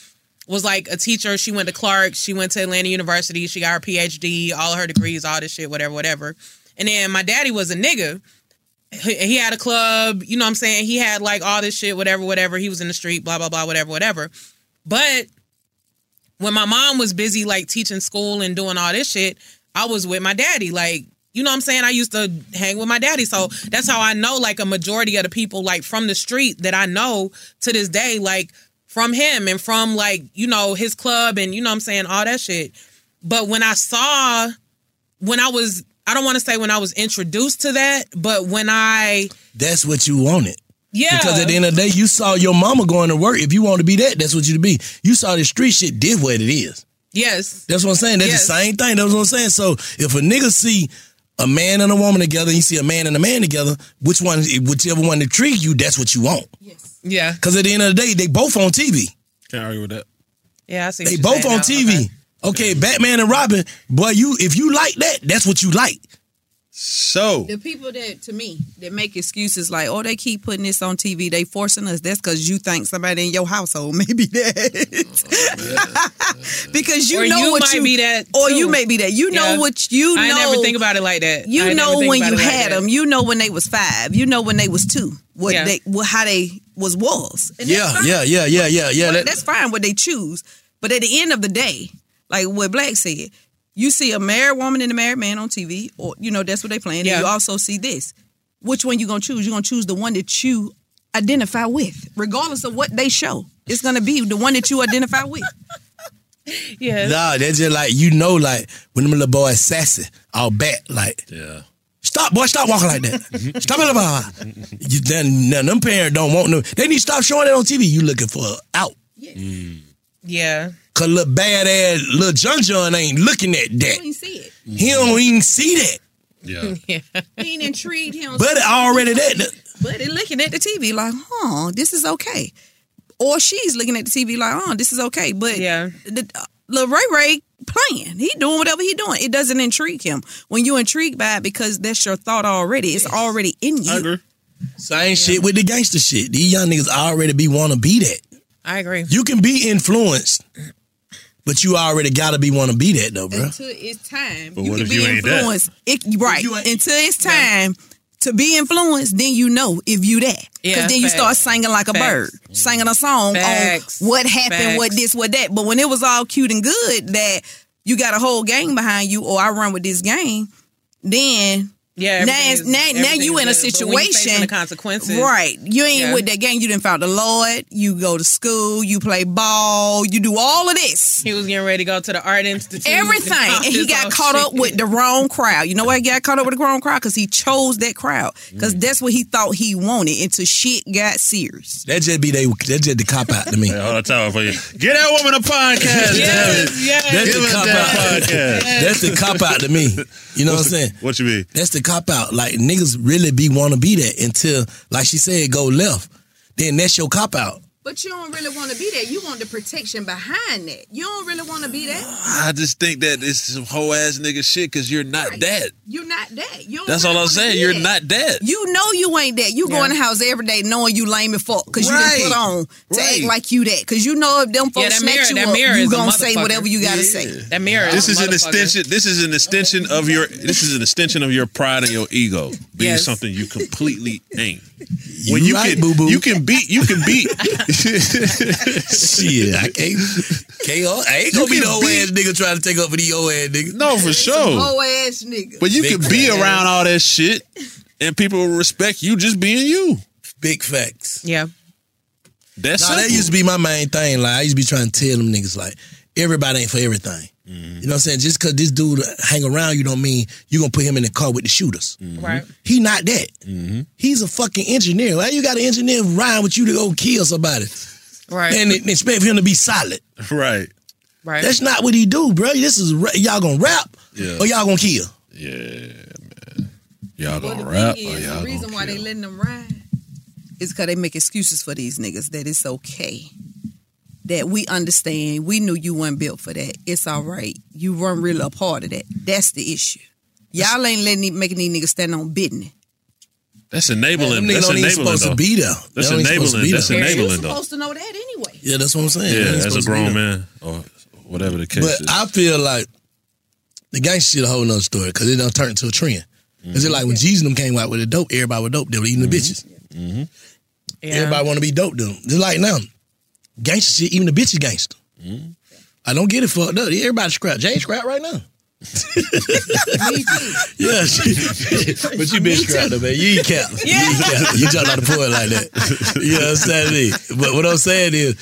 Speaker 6: was like a teacher. She went to Clark. She went to Atlanta University. She got her PhD, all her degrees, all this shit, whatever, whatever. And then my daddy was a nigga. He he had a club, you know what I'm saying? He had like all this shit, whatever, whatever. He was in the street, blah, blah, blah, whatever, whatever. But when my mom was busy like teaching school and doing all this shit, I was with my daddy. Like, you know what I'm saying? I used to hang with my daddy. So that's how I know like a majority of the people like from the street that I know to this day, like from him and from like, you know, his club and you know what I'm saying, all that shit. But when I saw when I was I don't want to say when I was introduced to that, but when I
Speaker 9: That's what you wanted.
Speaker 6: Yeah.
Speaker 9: Because at the end of the day, you saw your mama going to work. If you want to be that, that's what you to be. You saw the street shit did what it is.
Speaker 6: yes.
Speaker 9: That's what I'm saying. That's the same thing. That's what I'm saying. So if a nigga see a man and a woman together, you see a man and a man together, which one, whichever one intrigue you, that's what you want.
Speaker 6: Yeah.
Speaker 9: Because at the end of the day, they both on TV.
Speaker 8: Can't argue with that.
Speaker 6: Yeah, I see.
Speaker 9: They both on TV. Okay. Batman and Robin. Boy, you if you like that, that's what you like. Oh.
Speaker 8: So
Speaker 2: The people that to me that make excuses like, oh, they keep putting this on TV, they forcing us. That's because you think somebody in your household may be that. because you
Speaker 6: Or
Speaker 2: know
Speaker 6: you
Speaker 2: what
Speaker 6: might
Speaker 2: you
Speaker 6: be that
Speaker 2: or
Speaker 6: too.
Speaker 2: you may be that. You know
Speaker 6: Yeah.
Speaker 2: what you know.
Speaker 6: I never think about it like that. I
Speaker 2: You
Speaker 6: never
Speaker 2: know
Speaker 6: think
Speaker 2: when
Speaker 6: about
Speaker 2: you
Speaker 6: it like
Speaker 2: had
Speaker 6: that.
Speaker 2: them. You know when they was five. You know when they was two. What
Speaker 6: Yeah.
Speaker 2: they what, how they was was. And that's
Speaker 9: Yeah,
Speaker 2: fine.
Speaker 9: yeah, yeah, yeah, yeah, yeah.
Speaker 2: Well,
Speaker 9: That-
Speaker 2: that's fine what they choose. But at the end of the day, like what Black said, you see a married woman and a married man on TV, or you know that's what they playing.
Speaker 6: Yeah.
Speaker 2: And you also see this. Which one you gonna choose? You are gonna choose the one that you identify with, regardless of what they show. It's gonna be the one that you identify with.
Speaker 6: Yeah.
Speaker 9: Nah, they're just like you know, like when them little boys sassy, all back, like
Speaker 8: yeah.
Speaker 9: Stop, boy! Stop walking like that. stop it, boy. You, then, now them parents don't want no. They need to stop showing that on TV. You looking for a out?
Speaker 6: Yeah.
Speaker 9: Cause little bad ass little John John ain't looking at that.
Speaker 2: You see it.
Speaker 9: He don't even see that.
Speaker 8: Yeah.
Speaker 6: yeah.
Speaker 2: He ain't intrigued him.
Speaker 9: But already that.
Speaker 2: But they looking at the TV like, huh, this is okay. Or she's looking at the TV like, oh, this is okay. But yeah, the, uh, Lil Ray Ray playing. He doing whatever he doing. It doesn't intrigue him. When you intrigued by it because that's your thought already. It's already in you.
Speaker 9: Same shit with the gangster shit. These young niggas already be want to be that.
Speaker 6: I agree.
Speaker 9: You can be influenced, but you already gotta be want to be that though, bro.
Speaker 2: Until it's time.
Speaker 9: But
Speaker 2: you
Speaker 9: what
Speaker 2: can
Speaker 9: if
Speaker 2: be
Speaker 9: you ain't that?
Speaker 2: influenced. It, right. Until it's time to be influenced, then you know if you that. Because
Speaker 6: Yeah,
Speaker 2: then you
Speaker 6: facts.
Speaker 2: start singing like a
Speaker 6: Facts.
Speaker 2: bird, singing a song
Speaker 6: Facts.
Speaker 2: on what happened, what
Speaker 6: Facts.
Speaker 2: this, what that. But when it was all cute and good that you got a whole gang behind you or I run with this gang, then
Speaker 6: Yeah,
Speaker 2: now,
Speaker 6: everything
Speaker 2: it's-
Speaker 6: is-
Speaker 2: now, now
Speaker 6: everything
Speaker 2: you
Speaker 6: is
Speaker 2: in a
Speaker 6: good. But when you facing
Speaker 2: situation
Speaker 6: the consequences,
Speaker 2: right? You ain't
Speaker 6: yeah.
Speaker 2: with that gang. You didn't found the Lord. You go to school. You play ball. You do all of this.
Speaker 6: He was getting ready to go to the art institute. and
Speaker 2: Everything,
Speaker 6: all
Speaker 2: and he
Speaker 6: this
Speaker 2: got
Speaker 6: old
Speaker 2: caught
Speaker 6: shit.
Speaker 2: up with the wrong crowd. You know why he got caught up with the wrong crowd? Because he chose that crowd. Because
Speaker 6: Mm.
Speaker 2: that's what he thought he wanted. Until shit got serious.
Speaker 9: That just be they. That just the cop out to me.
Speaker 8: Hold on, time for you. Get that woman a podcast.
Speaker 9: Yes,
Speaker 8: yes.
Speaker 9: That's the cop out.
Speaker 8: podcast.
Speaker 9: That's the cop out to me. You know
Speaker 8: What's
Speaker 9: what I'm
Speaker 8: the-
Speaker 9: saying?
Speaker 8: What you mean?
Speaker 9: That's the cop out. Like niggas really be want to be that until, like she said, go left. Then that's your cop out.
Speaker 2: But you don't really want to be that. You want the protection behind that. You don't really want to be that.
Speaker 8: I just think that it's some whole ass nigga shit because you're not that.
Speaker 2: You're not that. You
Speaker 8: That's all I'm saying. You're not that.
Speaker 2: You know you ain't that. You go in the house every day knowing you lame and fuck because you
Speaker 8: Right.
Speaker 2: didn't put on to
Speaker 8: Right.
Speaker 2: act like you that. Because you know if them folks
Speaker 6: Yeah, that
Speaker 2: smack
Speaker 6: mirror,
Speaker 2: you
Speaker 6: that
Speaker 2: up,
Speaker 6: mirror
Speaker 2: you
Speaker 6: is a
Speaker 2: gonna say
Speaker 6: motherfucker.
Speaker 2: whatever you gotta
Speaker 6: Yeah.
Speaker 2: say.
Speaker 6: That mirror.
Speaker 8: This is an
Speaker 6: motherfucker.
Speaker 8: extension. This is an extension of your. This is an extension of your pride and your ego being
Speaker 6: Yes.
Speaker 8: something you completely ain't.
Speaker 9: You right,
Speaker 8: can,
Speaker 9: boo-boo.
Speaker 8: you can beat, you can beat.
Speaker 9: Shit, I can't. can't I Oh, ain't gonna be the old ass nigga trying to take up for the old ass nigga.
Speaker 8: No, for sure.
Speaker 2: ass nigga.
Speaker 8: But you can be around all that shit and people will respect you just being you.
Speaker 9: Big facts.
Speaker 6: Yeah.
Speaker 8: That's
Speaker 9: nah, that
Speaker 8: simple.
Speaker 9: used to be my main thing. Like I used to be trying to tell them niggas like everybody ain't for everything.
Speaker 8: Mm-hmm.
Speaker 9: You know what I'm saying? Just cause this dude hang around you don't mean you gonna put him in the car with the shooters.
Speaker 8: Mm-hmm.
Speaker 6: Right.
Speaker 9: He not that. He's a fucking engineer. Why you got an engineer riding with you to go kill somebody?
Speaker 6: Right.
Speaker 9: And e- expect him to be solid.
Speaker 8: Right.
Speaker 6: Right.
Speaker 9: That's not what he do, bro. This is ra- y'all gonna rap or y'all gonna kill.
Speaker 8: Y'all gonna
Speaker 6: thing
Speaker 8: rap or
Speaker 6: is,
Speaker 8: y'all
Speaker 6: the
Speaker 8: gonna
Speaker 6: reason why they letting them ride is because they make excuses for these niggas that it's okay. That we understand. We knew you weren't built for that. It's all right. You weren't really a part of that. That's the issue. Y'all ain't letting these- making these niggas stand on business.
Speaker 8: That's enabling.
Speaker 9: Them niggas
Speaker 8: that's
Speaker 9: don't even
Speaker 8: enabling,
Speaker 9: supposed to
Speaker 8: though.
Speaker 9: be there. They
Speaker 8: That's
Speaker 9: don't even supposed to
Speaker 8: enabling.
Speaker 9: be
Speaker 8: That's
Speaker 9: there.
Speaker 6: You're
Speaker 8: enabling, though.
Speaker 6: supposed to know that anyway.
Speaker 9: Yeah, that's what I'm saying.
Speaker 8: Yeah,
Speaker 9: They ain't
Speaker 8: as a
Speaker 9: supposed to be
Speaker 8: grown
Speaker 9: there.
Speaker 8: man or whatever the case
Speaker 9: But
Speaker 8: is.
Speaker 9: I feel like the gangster shit a whole nother story because it done turned into a trend. Is it like when Jesus and them came out with the dope? Everybody was dope. They were eating the bitches.
Speaker 8: Mm-hmm.
Speaker 9: Everybody want to be dope. Them. Just like now, gangster shit. Even the bitches gangster.
Speaker 8: Mm-hmm.
Speaker 9: I don't get it fucked up. Everybody scrap. Jay scrap right now. yeah, she, but you been scrapped up, man. You ain't cap. You, ain't cap. you jumped out the point like that. You know what I'm saying? But what I'm saying is,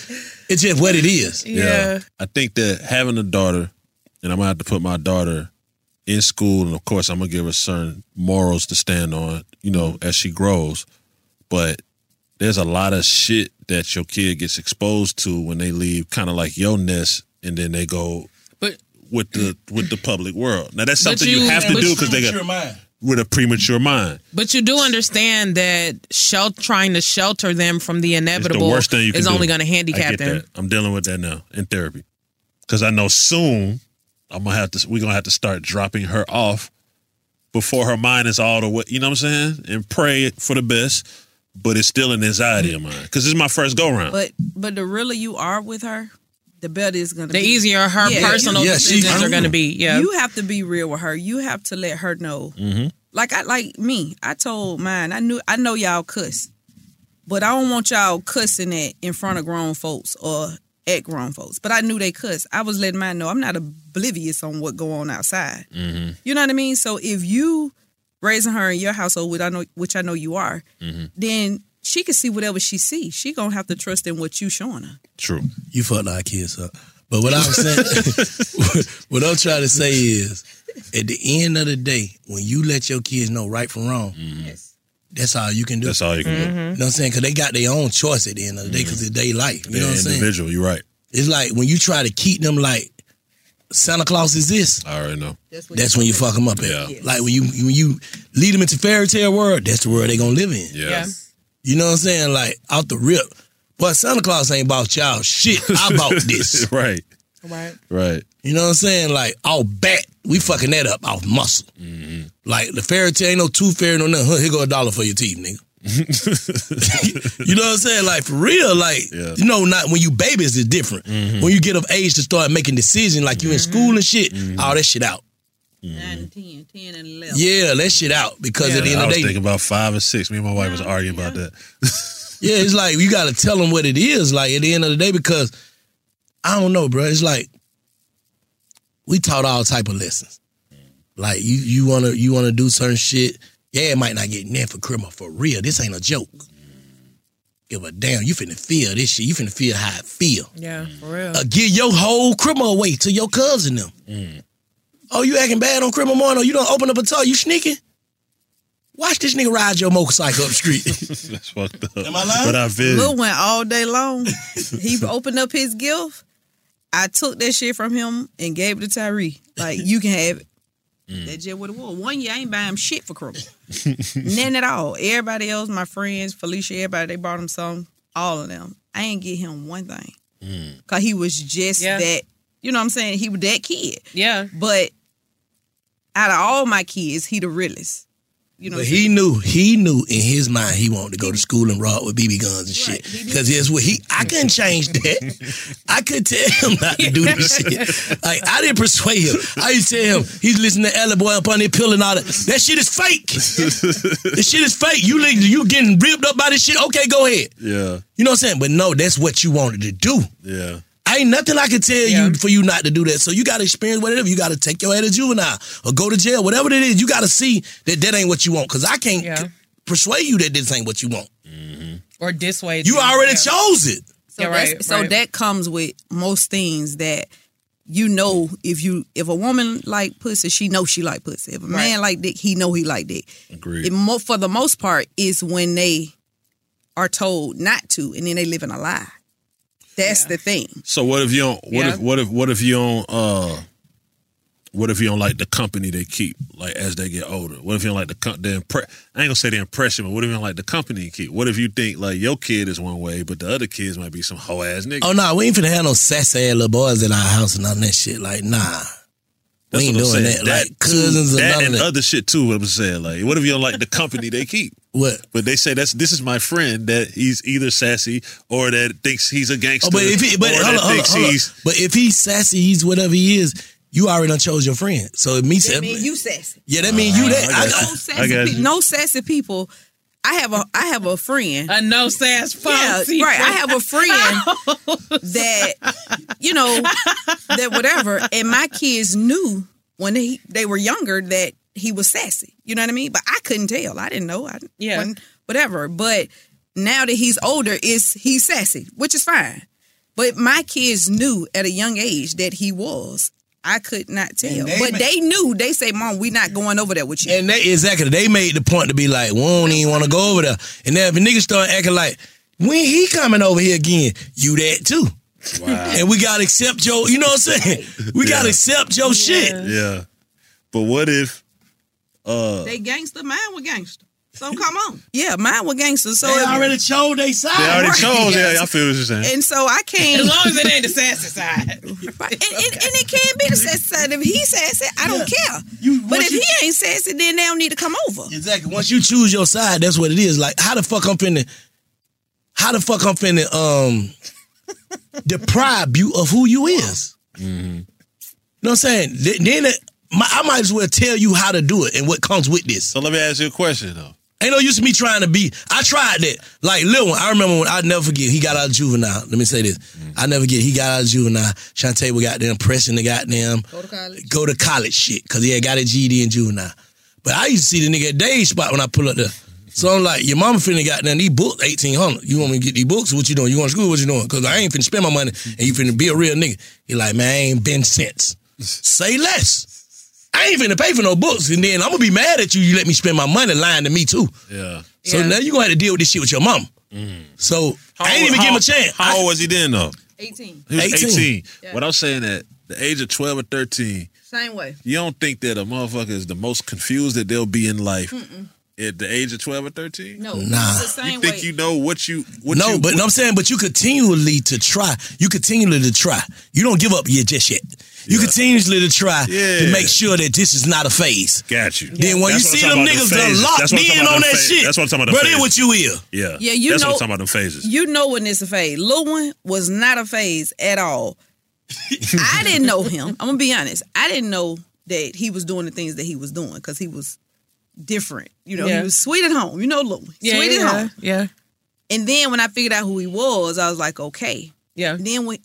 Speaker 9: it's just what it is.
Speaker 8: I think that having a daughter, and I'm gonna have to put my daughter in school, and of course I'm gonna give her certain morals to stand on, you know, as she grows. But there's a lot of shit that your kid gets exposed to when they leave, kind of like your nest, and then they go
Speaker 6: But-
Speaker 8: with the with the public world. Now that's
Speaker 6: But
Speaker 8: something you,
Speaker 6: you-
Speaker 8: have to
Speaker 6: but
Speaker 8: do
Speaker 6: you-
Speaker 8: because they
Speaker 6: Premature
Speaker 8: got with a premature mind.
Speaker 6: But you do understand that shel- trying to shelter them from the
Speaker 8: It's the
Speaker 6: inevitable
Speaker 8: worst thing you can
Speaker 6: is
Speaker 8: do.
Speaker 6: only going to
Speaker 8: I
Speaker 6: handicap
Speaker 8: get
Speaker 6: them.
Speaker 8: That. I'm dealing with that now in therapy because I know soon I'm gonna have to. We're gonna have to start dropping her off before her mind is all the way. You know what I'm saying? And pray for the best, but it's still an anxiety of mine because this is my first go round.
Speaker 2: But but the realer you are with her, the better it's gonna
Speaker 6: The
Speaker 2: be.
Speaker 6: easier her personal Yeah, she- decisions are gonna be, yeah.
Speaker 2: You have to be real with her. You have to let her know.
Speaker 6: Mhm.
Speaker 2: Like I like me. I told mine, I knew I know y'all cuss. But I don't want y'all cussing it in front of grown folks or at grown folks. But I knew they cuss. I was letting mine know I'm not oblivious on what go on outside.
Speaker 6: Mm-hmm.
Speaker 2: You know what I mean? So if you raising her in your household, which I know which I know you are,
Speaker 8: Mm-hmm.
Speaker 2: then she can see whatever she sees. She gonna have to trust in what you showing her.
Speaker 8: True.
Speaker 9: You fucked our kids up. But what I'm saying, what I'm trying to say is, at the end of the day, when you let your kids know right from wrong, that's all you can do.
Speaker 8: Mm-hmm. That's all you can do. Mhm.
Speaker 9: You know what I'm saying? Because they got their own choice at the end of the day because it's their life. You know
Speaker 8: They're
Speaker 9: what I'm saying?
Speaker 8: individual. You're right.
Speaker 9: It's like when you try to keep them like Santa Claus is this.
Speaker 8: I already know.
Speaker 9: That's when, you fuck them up. At. Like when you when you lead them into fairy tale world, that's the world they gonna live in. You know what I'm saying? Like out the rip. But Santa Claus ain't bought y'all shit. I bought this.
Speaker 8: right.
Speaker 6: Right.
Speaker 8: Right.
Speaker 9: You know what I'm saying? Like all bat, we fucking that up off muscle.
Speaker 8: Mm-hmm.
Speaker 9: Like the fairy tale ain't no tooth fairy, no nothing. Huh, Here go a dollar for your teeth, nigga. you know what I'm saying? Like for real, like you know, not when you babies is different.
Speaker 8: Mm-hmm.
Speaker 9: When you get of age to start making decisions, like you in school and shit, all that shit out. Yeah, that shit out because at the end
Speaker 8: I
Speaker 9: of the
Speaker 8: was
Speaker 9: day,
Speaker 8: thinking about five and six. Me and my wife was arguing about that.
Speaker 9: Yeah, it's like you got to tell them what it is. Like at the end of the day, because I don't know, bro. It's like we taught all type of lessons. Like you, you wanna, you wanna do certain shit. Yeah, it might not get in there for criminal for real. This ain't a joke. Give a damn. You finna feel this shit. You finna feel how it feel.
Speaker 6: Yeah, for real.
Speaker 9: Uh, give your whole criminal away to your cousin them.
Speaker 8: Mm.
Speaker 9: Oh, you acting bad on criminal morning? You don't open up a toy. You sneaking? Watch this nigga ride your motorcycle up the street.
Speaker 8: That's fucked up.
Speaker 9: Am I lying?
Speaker 8: But I feel.
Speaker 2: Lil went all day long. he opened up his gift. I took that shit from him and gave it to Tyree. Like you can have it.
Speaker 9: Mm.
Speaker 2: That just what it was. One year I ain't buying shit for Crumble.
Speaker 12: 嗯
Speaker 2: None at all. Everybody else, my friends, Felicia, everybody, they bought him some. All of them. I ain't get him one thing. Cause he was just
Speaker 6: Yeah.
Speaker 2: that. You know what I'm saying? He was that kid.
Speaker 6: Yeah.
Speaker 2: But out of all my kids, he the realest. You know.
Speaker 9: But he knew, he knew in his mind he wanted to go to school and rob with BB guns and shit. Because here's what he, I couldn't change that. I could tell him not to do this shit. Like I didn't persuade him. I used to tell him he's listening to Ella Boy up on their pill and all that. That shit is fake. this shit is fake. You li- you getting ripped up by this shit? Okay, go ahead.
Speaker 8: Yeah.
Speaker 9: You know what I'm saying? But no, that's what you wanted to do.
Speaker 8: Yeah.
Speaker 9: I ain't nothing I can tell you for you not to do that. So you got to experience whatever. You got to take your head to juvenile or go to jail, whatever it is. You got to see that that ain't what you want because I can't c- persuade you that this ain't what you want.
Speaker 6: or this way.
Speaker 9: You
Speaker 6: too.
Speaker 9: already
Speaker 6: Yeah.
Speaker 9: chose it.
Speaker 2: So that's- so that comes with most things that you know if you if a woman like pussy, she know she like pussy. If a man like dick, he know he like dick.
Speaker 8: Agreed.
Speaker 2: It mo- for the most part is when they are told not to, and then they live in a lie. That's the thing.
Speaker 8: So what if you don't? What
Speaker 2: Yeah.
Speaker 8: if what if what if you don't? Uh, what if you don't like the company they keep? Like as they get older, what if you don't like the com- the impre- I ain't gonna say the impression, but what if you don't like the company you keep? What if you think like your kid is one way, but the other kids might be some hoe ass nigga?
Speaker 9: Oh no, we ain't finna have no sassy ass little boys at our house and none of that shit. Like nah,
Speaker 8: That's
Speaker 9: we ain't
Speaker 8: what I'm
Speaker 9: doing
Speaker 8: saying.
Speaker 9: that. Like cousins and
Speaker 8: too, that
Speaker 9: none of
Speaker 8: and
Speaker 9: that.
Speaker 8: other shit too. What I'm saying, like, what if you don't like the company they keep?
Speaker 9: What?
Speaker 8: But they say that's this is my friend that he's either sassy or that thinks he's a gangster.
Speaker 9: Oh, but if he, but
Speaker 8: or
Speaker 9: hold on,
Speaker 8: that
Speaker 9: hold on,
Speaker 8: thinks
Speaker 9: hold on.
Speaker 8: he's
Speaker 9: but if he's sassy, he's whatever he is. You already done chose your friend. So it means
Speaker 2: That mean you sassy.
Speaker 9: yeah, that means you that. I,
Speaker 2: no sassy, pe- no sassy people. I have a I have a friend.
Speaker 6: A no sass
Speaker 2: Yeah, right. I have a friend that you know that whatever, and my kids knew when they they were younger that he was sassy. You know what I mean? But I couldn't tell. I didn't know. I
Speaker 6: Yeah.
Speaker 2: wasn't- whatever. But now that he's older, is he's sassy, which is fine. But my kids knew at a young age that he was. I could not tell,
Speaker 9: And they
Speaker 2: but
Speaker 9: ma-
Speaker 2: they knew. They say, "Mom, we're not going over there with you."
Speaker 9: And they exactly. They made the point to be like, we don't even want to go over there. And then if a nigga start acting like, when he coming over here again, you that too. And we gotta accept your, you know what I'm saying? We gotta accept your shit.
Speaker 8: Yeah. But what if uh
Speaker 2: They gangster, mine were gangster. So come on. Yeah, mine were gangster. So
Speaker 9: They
Speaker 2: if-
Speaker 9: already chose they side.
Speaker 8: they already
Speaker 2: Right.
Speaker 8: chose? Yeah, I feel what you're saying.
Speaker 2: And so I can't.
Speaker 6: As long as it ain't the sassy side.
Speaker 2: Right. And, and, and it can't be the sassy side. If he says it, I don't care. but if he ain't sassy, then they don't need to come over.
Speaker 9: Exactly. Once you choose your side, that's what it is. Like, how the fuck I'm finna, how the fuck I'm finna, um, deprive you of who you is. You know what I'm saying? Th- Then it, my, I might as well tell you how to do it and what comes with this. So
Speaker 8: let me ask you a question though.
Speaker 9: Ain't no use of me trying to be. I tried that. Like Lil one, I remember when I never forget. He got out of juvenile. Let me say this.
Speaker 8: Mm.
Speaker 9: I never get. He got out of juvenile. Shantae was goddamn pressing the goddamn go to college, go to college shit because he had got a GD in juvenile. But I used to see the nigga at Dave spot when I pull up there. So I'm like, your mama finna got them these books, eighteen hundred. You want me to get these books? What you doing? You going to school? What you doing? Cause I ain't finna spend my money, and you finna be a real nigga. He like, man, I ain't been since. Say less. I ain't finna pay for no books, and then I'm gonna be mad at you. You let me spend my money lying to me too.
Speaker 8: Yeah.
Speaker 9: So now you gonna have to deal with this shit with your mom. So I ain't even
Speaker 8: How-
Speaker 9: give him a chance.
Speaker 8: How old was he then though?
Speaker 2: 18.
Speaker 8: He was 18.
Speaker 9: 18.
Speaker 8: What I'm saying at the age of 12 or 13,
Speaker 2: Same way.
Speaker 8: you don't think that a motherfucker is the most confused that they'll be in life Mm-hmm.
Speaker 2: Mm-mm.
Speaker 8: at the age of 12 or 13?
Speaker 2: No.
Speaker 9: Nah.
Speaker 2: It's the
Speaker 8: You
Speaker 2: same
Speaker 8: think
Speaker 2: way.
Speaker 8: you know what you what
Speaker 9: no,
Speaker 8: you,
Speaker 9: but no, I'm saying, but you continually to try. You continually to try. You don't give up yet just yet. You continuously to try
Speaker 8: Yeah.
Speaker 9: to make sure that this is not a phase.
Speaker 8: Got you.
Speaker 9: Then when you
Speaker 8: That's what
Speaker 9: see
Speaker 8: I'm
Speaker 9: them
Speaker 8: talking about,
Speaker 9: niggas
Speaker 8: them
Speaker 9: done
Speaker 8: phases.
Speaker 9: locked
Speaker 8: That's what I'm
Speaker 9: in
Speaker 8: talking about,
Speaker 9: on
Speaker 8: them
Speaker 9: that
Speaker 8: pha-
Speaker 9: shit.
Speaker 8: That's what I'm talking about.
Speaker 9: Bro,
Speaker 8: them
Speaker 9: that what
Speaker 8: phases.
Speaker 9: you is.
Speaker 8: Yeah.
Speaker 2: Yeah, you
Speaker 8: That's
Speaker 2: know.
Speaker 8: what I'm talking about them phases.
Speaker 2: You know when it's a phase. Lil one was not a phase at all. I didn't know him. I'm gonna be honest. I didn't know that he was doing the things that he was doing because he was different. You know,
Speaker 6: Yeah.
Speaker 2: he was sweet at home. You know, Lil one.
Speaker 6: Yeah,
Speaker 2: sweet
Speaker 6: yeah,
Speaker 2: at home.
Speaker 6: Yeah.
Speaker 2: And then when I figured out who he was, I was like, okay.
Speaker 6: Yeah.
Speaker 2: then when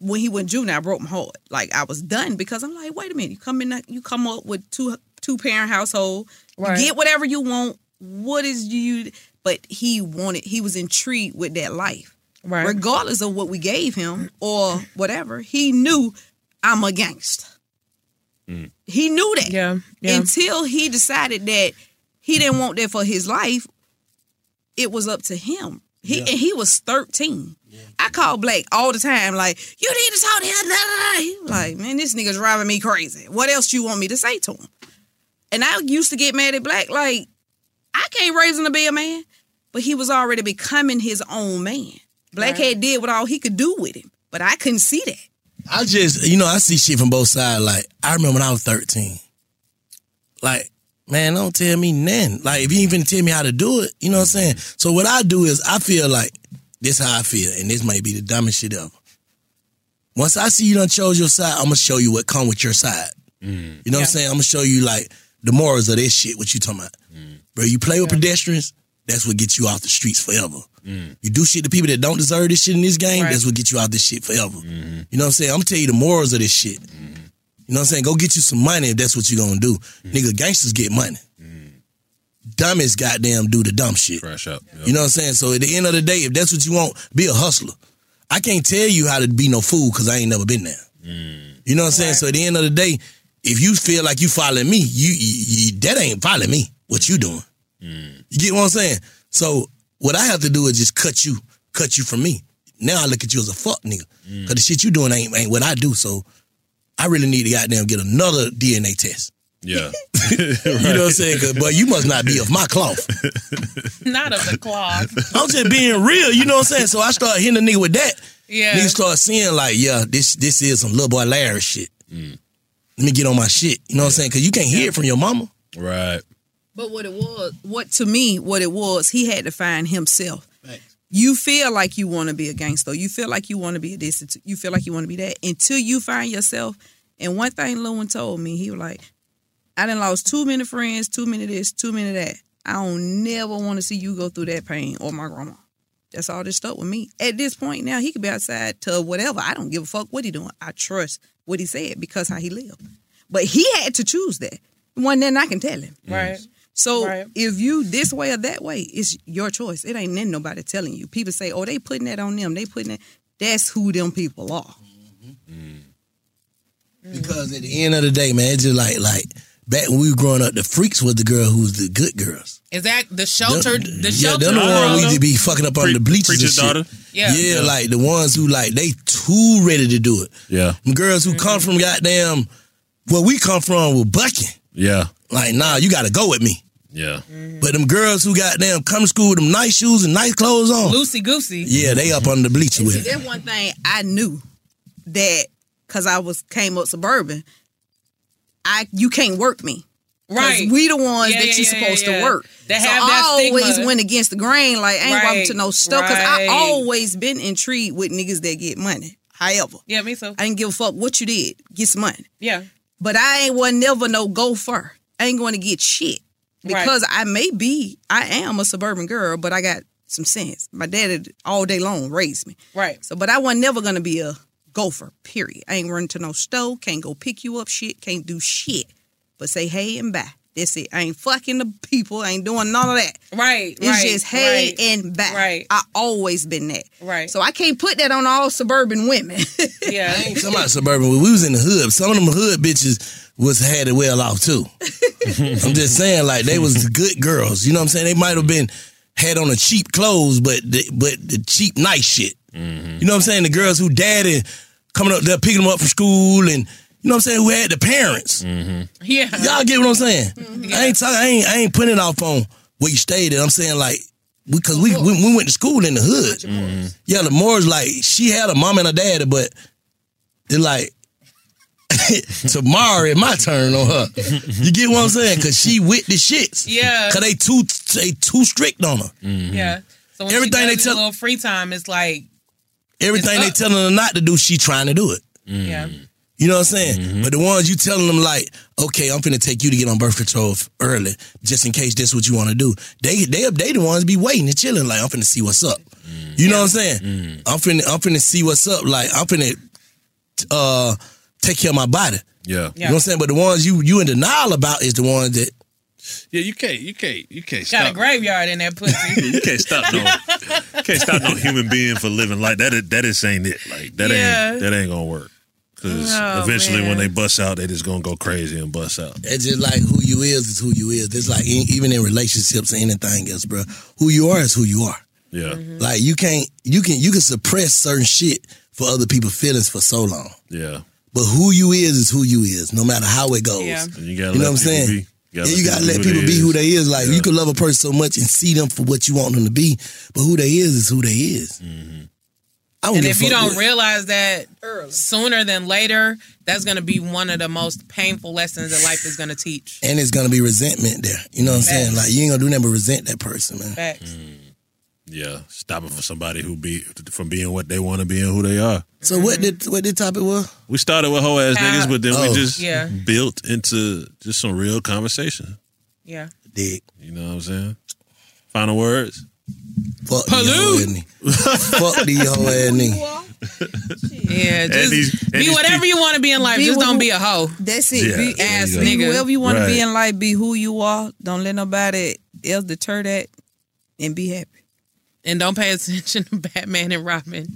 Speaker 2: when he went juvenile, I broke my heart. Like I was done because I'm like, wait a minute, you come in, you come up with two two parent household, you
Speaker 6: Right.
Speaker 2: get whatever you want. What is you? But he wanted. He was intrigued with that life,
Speaker 6: Right.
Speaker 2: regardless of what we gave him or whatever. He knew I'm a gangster. He knew that.
Speaker 6: Yeah. yeah.
Speaker 2: Until he decided that he didn't want that for his life, it was up to him. He and he was 13. I call Blake all the time, like, you need to talk to him. Nah, nah, nah." He was Like, man, this nigga's driving me crazy. What else you want me to say to him? And I used to get mad at Black, like, I can't raise him to be a man. But he was already becoming his own man. Blackhead did what all he could do with him. But I couldn't see that.
Speaker 9: I just, you know, I see shit from both sides. Like, I remember when I was 13. Like, man, don't tell me nothing. Like, if you ain't finna tell me how to do it, you know what I'm saying? So what I do is I feel like this how I feel, and this might be the dumbest shit ever. Once I see you done chose your side, I'm gonna show you what come with your side. You know what I'm saying? I'm gonna show you like the morals of this shit, what you talking about. Bro, you play with pedestrians, that's what gets you off the streets forever. Mm-hmm. You do shit to people that don't deserve this shit in this game, that's what gets you out this shit forever.
Speaker 8: Mm-hmm.
Speaker 9: You know what I'm saying? I'm gonna tell you the morals of this shit. You know what I'm saying? Go get you some money if that's what you're gonna do.
Speaker 8: Mm-hmm.
Speaker 9: Nigga, gangsters get money. Dumbest goddamn do the dumb shit.
Speaker 8: Fresh up.
Speaker 9: You know what I'm saying? So at the end of the day, if that's what you want, be a hustler. I can't tell you how to be no fool because I ain't never been there.
Speaker 8: Mm-hmm.
Speaker 9: You know what I'm saying? So at the end of the day, if you feel like you following me, you, you, you that ain't following me. What you doing? You get what I'm saying? So what I have to do is just cut you, cut you from me. Now I look at you as a fuck nigga,
Speaker 8: Mm.
Speaker 9: cause the shit you doing ain't ain't what I do. So I really need to goddamn get another DNA test.
Speaker 8: Yeah.
Speaker 9: You know what I'm saying? 'Cause, But you must not be of my cloth.
Speaker 6: Not of the cloth.
Speaker 9: I'm just being real. You know what I'm saying? So I start hitting the nigga with that.
Speaker 6: Yeah.
Speaker 9: Niggas start seeing like, yeah, this this is some little boy Larry shit.
Speaker 8: Mm.
Speaker 9: Let me get on my shit. You know what I'm saying? Because you can't hear it from your mama.
Speaker 8: Right.
Speaker 2: But what it was, what to me, what it was, he had to find himself. You feel like you want to be a gangster. You feel like you want to be a this. You feel like you want to be that until you find yourself. And one thing Lewin told me, he was like, I done lost too many friends, too many this, too many that. I don't never want to see you go through that pain or my grandma. That's all this stuck with me. At this point now, he could be outside to whatever. I don't give a fuck what he doing. I trust what he said because how he lived. But he had to choose that. One then I can tell him.
Speaker 6: Right.
Speaker 2: So
Speaker 6: Right.
Speaker 2: if you this way or that way, it's your choice. It ain't in nobody telling you. People say, "Oh, they putting that on them. They putting that." That's who them people are.
Speaker 9: Because at the end of the day, man, it's just like like back when we were growing up, the freaks was the girl who was the good girls.
Speaker 6: Is that the shelter? The
Speaker 9: yeah,
Speaker 6: shelter.
Speaker 9: they're the
Speaker 6: umbrella?
Speaker 9: ones we used to be fucking up on the bleachers and
Speaker 8: preacher's
Speaker 9: shit.
Speaker 8: daughter.
Speaker 6: Yeah.
Speaker 9: yeah,
Speaker 6: Yeah.
Speaker 9: like the ones who like they too ready to do it.
Speaker 8: Yeah.
Speaker 9: Them girls who
Speaker 6: Mm-hmm.
Speaker 9: come from goddamn where we come from with bucking.
Speaker 8: Yeah.
Speaker 9: Like, nah, you gotta go with me.
Speaker 8: Yeah.
Speaker 6: Mm-hmm.
Speaker 9: But them girls who goddamn come to school with them nice shoes and nice clothes on.
Speaker 6: Loosey goosey.
Speaker 9: Yeah, they up under the bleacher with it.
Speaker 2: That one thing I knew that because I was came up suburban. I you can't work me. 'Cause
Speaker 6: Right.
Speaker 2: We the ones
Speaker 6: Yeah,
Speaker 2: that
Speaker 6: yeah,
Speaker 2: you
Speaker 6: yeah,
Speaker 2: supposed
Speaker 6: yeah, yeah.
Speaker 2: to work.
Speaker 6: That
Speaker 2: so
Speaker 6: have
Speaker 2: I
Speaker 6: that
Speaker 2: always
Speaker 6: stigma.
Speaker 2: went against the grain. Like I ain't
Speaker 6: Right,
Speaker 2: walking to no stuff because I
Speaker 6: right.
Speaker 2: always been intrigued with niggas that get money. However,
Speaker 6: Yeah, me too.
Speaker 2: I didn't give a fuck what you did. Get some money.
Speaker 6: Yeah.
Speaker 2: But I ain't was never no gopher. I ain't going to get shit
Speaker 6: Right.
Speaker 2: because I may be. I am a suburban girl, but I got some sense. My daddy all day long raised me.
Speaker 6: Right.
Speaker 2: So, but I was never gonna be a gopher. Period. I ain't running to no store. Can't go pick you up. Shit. Can't do shit. But say hey and bye. That's it. I ain't fucking the people. I ain't doing none of that.
Speaker 6: Right.
Speaker 2: It's
Speaker 6: right,
Speaker 2: just hey
Speaker 6: right.
Speaker 2: and bye.
Speaker 6: Right.
Speaker 2: I always been that.
Speaker 6: Right.
Speaker 2: So I can't put that on all suburban women.
Speaker 6: yeah.
Speaker 9: Some out suburban. We was in the hood. Some of them hood bitches was had it well off too. I'm just saying, like they was good girls. You know what I'm saying? They might have been had on the cheap clothes, but the, but the cheap nice shit. You know what I'm saying? The girls who daddy coming up, they're picking them up from school, and you know what I'm saying? Who had the parents?
Speaker 6: Yeah.
Speaker 9: Y'all get what I'm saying?
Speaker 6: Mm-hmm.
Speaker 9: I ain't talking. I ain't. I ain't putting it off on where you stayed. At. I'm saying like because we, we we went to school in the hood. Yeah, the Moore's like she had a mom and a daddy, but they're like tomorrow it's my turn on her. You get what I'm saying? Cause she with the shits.
Speaker 6: Yeah.
Speaker 9: Cause they too they too strict on her.
Speaker 6: Yeah. So when
Speaker 9: Mm-hmm. Everything
Speaker 6: she
Speaker 9: they
Speaker 6: does a
Speaker 9: tell-
Speaker 6: little free time, it's like
Speaker 9: Everything they telling her not to do, she trying to do it.
Speaker 6: yeah.
Speaker 9: You know what I'm saying? But the ones you telling them like, okay, I'm finna take you to get on birth control f- early, just in case this what you want to do. They they they the ones be waiting and chilling like I'm finna see what's up. You know what I'm saying? I'm finna I'm finna see what's up. Like I'm finna uh take care of my body.
Speaker 8: Yeah.
Speaker 9: You know what I'm saying? But the ones you you in denial about is the ones that
Speaker 8: Yeah, you can't, you can't, you can't
Speaker 6: Got a
Speaker 8: stop.
Speaker 6: graveyard in that pussy. You can't stop no can't stop no human being for living like that. Is, that just ain't it. Like that Yeah. ain't that ain't gonna work. Because
Speaker 9: Oh,
Speaker 6: eventually,
Speaker 9: man.
Speaker 6: when they bust out, they just gonna go crazy and bust out.
Speaker 9: It's just like who you is is who you is. It's like in, even in relationships and anything else, bro. Who you are is who you are.
Speaker 6: Yeah.
Speaker 8: Mm-hmm.
Speaker 9: Like you can't you can you can suppress certain shit for other people's feelings for so long.
Speaker 6: Yeah.
Speaker 9: But who you is is who you is, no matter how it goes.
Speaker 6: Yeah. And you gotta let
Speaker 9: know what I'm
Speaker 6: people
Speaker 9: saying?
Speaker 6: be. You gotta
Speaker 9: yeah,
Speaker 6: let
Speaker 9: you gotta
Speaker 6: people
Speaker 9: let
Speaker 6: be who
Speaker 9: people
Speaker 6: they
Speaker 9: be
Speaker 6: is.
Speaker 9: who they is. Like you can love a person so much and see them for what you want them to be, but who they is is who they is.
Speaker 6: Mm-hmm.
Speaker 9: I don't
Speaker 6: And
Speaker 9: give
Speaker 6: if
Speaker 9: a
Speaker 6: you
Speaker 9: fuck
Speaker 6: don't
Speaker 9: what-
Speaker 6: realize that sooner than later, that's gonna be one of the most painful lessons that life is gonna teach.
Speaker 9: and it's gonna be resentment there. You know what I'm saying?
Speaker 6: Facts.
Speaker 9: Like you ain't gonna do nothing but resent that person, man.
Speaker 6: Facts.
Speaker 8: Yeah, stopping for somebody who be from being what they want to be and who they are.
Speaker 9: So what
Speaker 6: Mm-hmm.
Speaker 9: did what did topic was?
Speaker 8: We started with whole ass
Speaker 9: How-
Speaker 8: niggas, but then
Speaker 9: Oh.
Speaker 8: we just
Speaker 9: Yeah.
Speaker 8: built into just some real conversation.
Speaker 6: Yeah.
Speaker 9: Dig.
Speaker 8: You know what I'm saying? Final words.
Speaker 9: Fuck Palu. Fuck the whole ass nigga.
Speaker 6: Yeah,
Speaker 8: And
Speaker 6: just
Speaker 8: these- and
Speaker 6: be
Speaker 8: these
Speaker 6: whatever you want to be in life.
Speaker 2: Be
Speaker 6: just
Speaker 2: who-
Speaker 6: don't be a hoe.
Speaker 2: That's it.
Speaker 6: Yeah,
Speaker 2: be
Speaker 6: there
Speaker 2: ass
Speaker 6: you go.
Speaker 2: nigga. Whoever you want to be
Speaker 6: Right.
Speaker 2: in life, be who you are. Don't let nobody else deter that, and be happy.
Speaker 6: And don't pay attention to Batman and Robin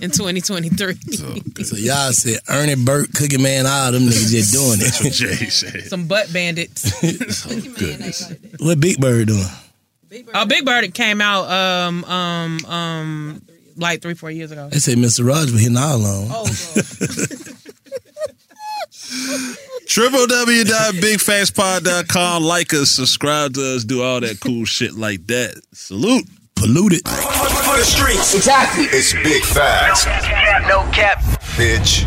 Speaker 6: in 2023.
Speaker 9: So y'all said Ernie Burt, Cookie Man, all them niggas just doing it.
Speaker 8: That's what Jay said.
Speaker 6: Some butt bandits.
Speaker 9: What Big Bird doing?
Speaker 6: Oh, Big Bird it came out um um um like three four years ago.
Speaker 9: They said Mr. Rogers was hitting all alone.
Speaker 8: www.bigfastpod.com. Like us, subscribe to us, do all that cool shit like that. Salute. Pollute it.
Speaker 4: For the streets. Exactly. It's big facts. No cap, no cap. Bitch.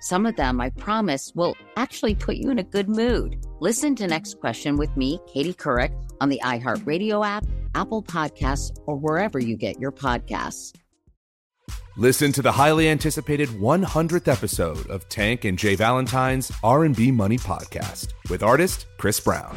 Speaker 13: Some of them, I promise, will actually put you in a good mood. Listen to Next Question with me, Katie Couric, on the iHeartRadio app, Apple Podcasts, or wherever you get your podcasts.
Speaker 14: Listen to the highly anticipated 100th episode of Tank and Jay Valentine's R&B Money podcast with artist Chris Brown.